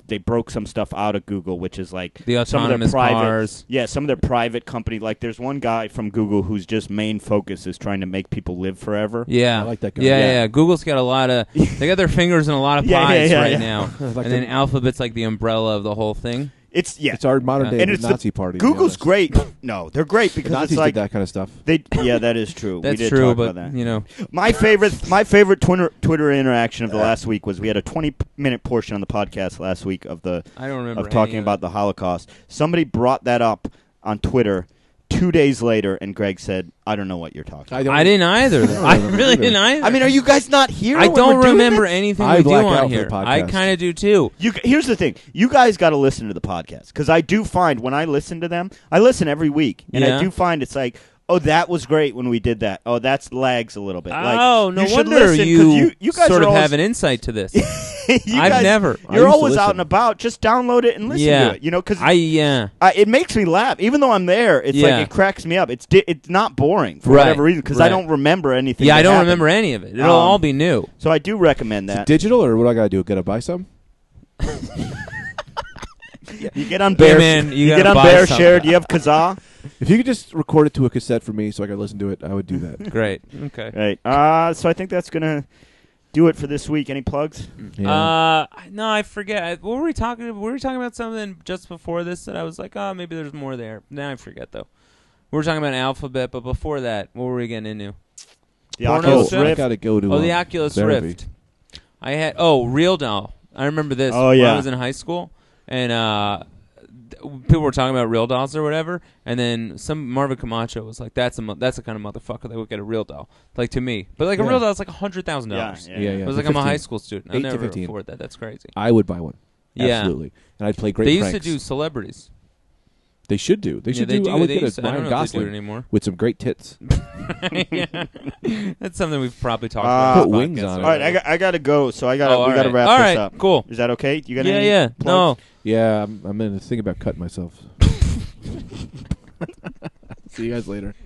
Speaker 2: they broke some stuff out of Google, which is like some
Speaker 3: The
Speaker 2: of their
Speaker 3: autonomous
Speaker 2: private,
Speaker 3: cars.
Speaker 2: yeah, some of their private company. Like there's one guy from Google whose just main focus is trying to make people live forever.
Speaker 3: Yeah,
Speaker 1: I like that guy.
Speaker 3: Yeah, yeah,
Speaker 1: Yeah.
Speaker 3: yeah. Google's got a lot of. They got their fingers in a lot of
Speaker 2: Yeah, yeah,
Speaker 3: pies
Speaker 2: yeah,
Speaker 3: right
Speaker 2: yeah.
Speaker 3: now,
Speaker 1: Like
Speaker 3: and then
Speaker 1: the-
Speaker 3: Alphabet's like the umbrella of the whole thing.
Speaker 2: It's yeah,
Speaker 1: It's our modern day
Speaker 2: and it's the-
Speaker 1: Nazi party. to be
Speaker 2: Google's
Speaker 1: honest.
Speaker 2: great. No, they're great
Speaker 1: The
Speaker 2: because
Speaker 1: Nazis
Speaker 2: it's like
Speaker 1: did that kind of stuff.
Speaker 2: they yeah, that is true. we
Speaker 3: That's
Speaker 2: did
Speaker 3: true,
Speaker 2: talk
Speaker 3: but
Speaker 2: about that.
Speaker 3: you know,
Speaker 2: My favorite, my favorite Twitter Twitter interaction of the last week was we had a twenty p- minute portion on the podcast last week of the
Speaker 3: I don't remember
Speaker 2: of talking
Speaker 3: any of
Speaker 2: about the Holocaust. Somebody brought that up on Twitter two days later, and Greg said, "I don't know what you're talking." about.
Speaker 1: don't.
Speaker 3: I didn't either. though. I
Speaker 1: remember
Speaker 3: really
Speaker 1: either.
Speaker 3: didn't either.
Speaker 2: I mean, are you guys not here?
Speaker 3: I
Speaker 2: when
Speaker 3: don't
Speaker 2: we're doing
Speaker 3: remember
Speaker 2: this?
Speaker 3: anything
Speaker 1: I
Speaker 3: we do
Speaker 1: black out
Speaker 3: on
Speaker 1: for the
Speaker 3: here. I
Speaker 1: podcast.
Speaker 3: kind of do too.
Speaker 2: You g- here's the thing: you guys got to listen to the podcast because I do find when I listen to them, I listen every week, and
Speaker 3: Yeah.
Speaker 2: I do find it's like. Oh, that was great when we did that. Oh, that's lags a little bit. Like,
Speaker 3: oh, no
Speaker 2: you should
Speaker 3: wonder
Speaker 2: listen 'cause
Speaker 3: you,
Speaker 2: you, you guys
Speaker 3: sort
Speaker 2: are
Speaker 3: of
Speaker 2: always-
Speaker 3: have an insight to this.
Speaker 2: You
Speaker 3: I've
Speaker 2: guys-
Speaker 3: never.
Speaker 1: I used to
Speaker 2: You're always
Speaker 1: listen.
Speaker 2: out and about. Just download it and listen
Speaker 3: Yeah.
Speaker 2: to it. You know, because
Speaker 3: I yeah.
Speaker 2: it makes me laugh. Even though I'm there, it's
Speaker 3: Yeah.
Speaker 2: like it cracks me up. It's di- it's not boring for
Speaker 3: Right,
Speaker 2: whatever reason because
Speaker 3: right.
Speaker 2: I don't remember anything.
Speaker 3: Yeah,
Speaker 2: that
Speaker 3: I don't
Speaker 2: happened.
Speaker 3: remember any of it. It'll
Speaker 2: Um,
Speaker 3: all be new.
Speaker 2: So I do recommend that.
Speaker 1: Digital or what do I gotta do? Gotta buy some?
Speaker 2: you get on Bear,
Speaker 3: man, you
Speaker 2: get
Speaker 3: gotta
Speaker 2: on
Speaker 3: buy
Speaker 2: Bear
Speaker 3: some.
Speaker 2: Share. Do you have Kazaa?
Speaker 1: If you could just record it to a cassette for me so I could listen to it, I would do that.
Speaker 3: Great. Okay.
Speaker 2: right. Uh, so I think that's gonna do it for this week. Any plugs?
Speaker 1: Yeah.
Speaker 3: Uh, no, I forget. I- What were we talking? About? Were we talking about something just before this that I was like, oh, maybe there's more there. Now I forget though. We were talking about Alphabet, but before that, what were we getting into?
Speaker 2: The
Speaker 3: Porno
Speaker 1: oh,
Speaker 2: Oculus
Speaker 3: stuff?
Speaker 1: I
Speaker 2: Rift.
Speaker 1: gotta go to.
Speaker 3: Oh, the
Speaker 1: um,
Speaker 3: Oculus
Speaker 1: therapy.
Speaker 3: Rift. I had oh, Real Doll. I remember this.
Speaker 2: Oh,
Speaker 3: when I
Speaker 2: yeah.
Speaker 3: was in high school, and uh, th- people were talking about Real Dolls or whatever, and then some Marvin Camacho was like, "That's a mo- that's the kind of motherfucker that would get a Real Doll." Like to me, but like a
Speaker 1: Yeah.
Speaker 3: Real Doll is like a hundred thousand dollars.
Speaker 2: Yeah,
Speaker 1: Yeah, yeah.
Speaker 3: I was
Speaker 1: the
Speaker 3: like, I'm a
Speaker 1: 15.
Speaker 3: high school student. I
Speaker 1: 8 to
Speaker 3: never
Speaker 1: 15.
Speaker 3: afford that. That's crazy.
Speaker 1: I would buy one.
Speaker 3: Yeah.
Speaker 1: Absolutely. And I'd play great.
Speaker 3: they used
Speaker 1: pranks.
Speaker 3: to do celebrities.
Speaker 1: They should do. They
Speaker 3: Yeah,
Speaker 1: should
Speaker 3: they
Speaker 1: do.
Speaker 3: do.
Speaker 1: I would
Speaker 3: They
Speaker 1: get
Speaker 3: used
Speaker 1: a
Speaker 3: to- I don't
Speaker 1: Ryan
Speaker 3: know if they do it
Speaker 1: Gosling
Speaker 3: anymore.
Speaker 1: with some great tits.
Speaker 3: Yeah. That's something we've probably talked
Speaker 2: Uh,
Speaker 3: about. on
Speaker 1: Put
Speaker 3: the
Speaker 1: wings
Speaker 3: podcast
Speaker 1: on it.
Speaker 2: All right, I, got, I gotta go. So I gotta
Speaker 3: Oh, all
Speaker 2: we gotta
Speaker 3: right.
Speaker 2: wrap
Speaker 3: All
Speaker 2: this
Speaker 3: right,
Speaker 2: up.
Speaker 3: cool.
Speaker 2: Is that okay? You got
Speaker 3: yeah,
Speaker 2: any?
Speaker 3: yeah. No.
Speaker 2: plugs?
Speaker 1: yeah, I'm, I'm in the thing about cutting myself. See you guys later.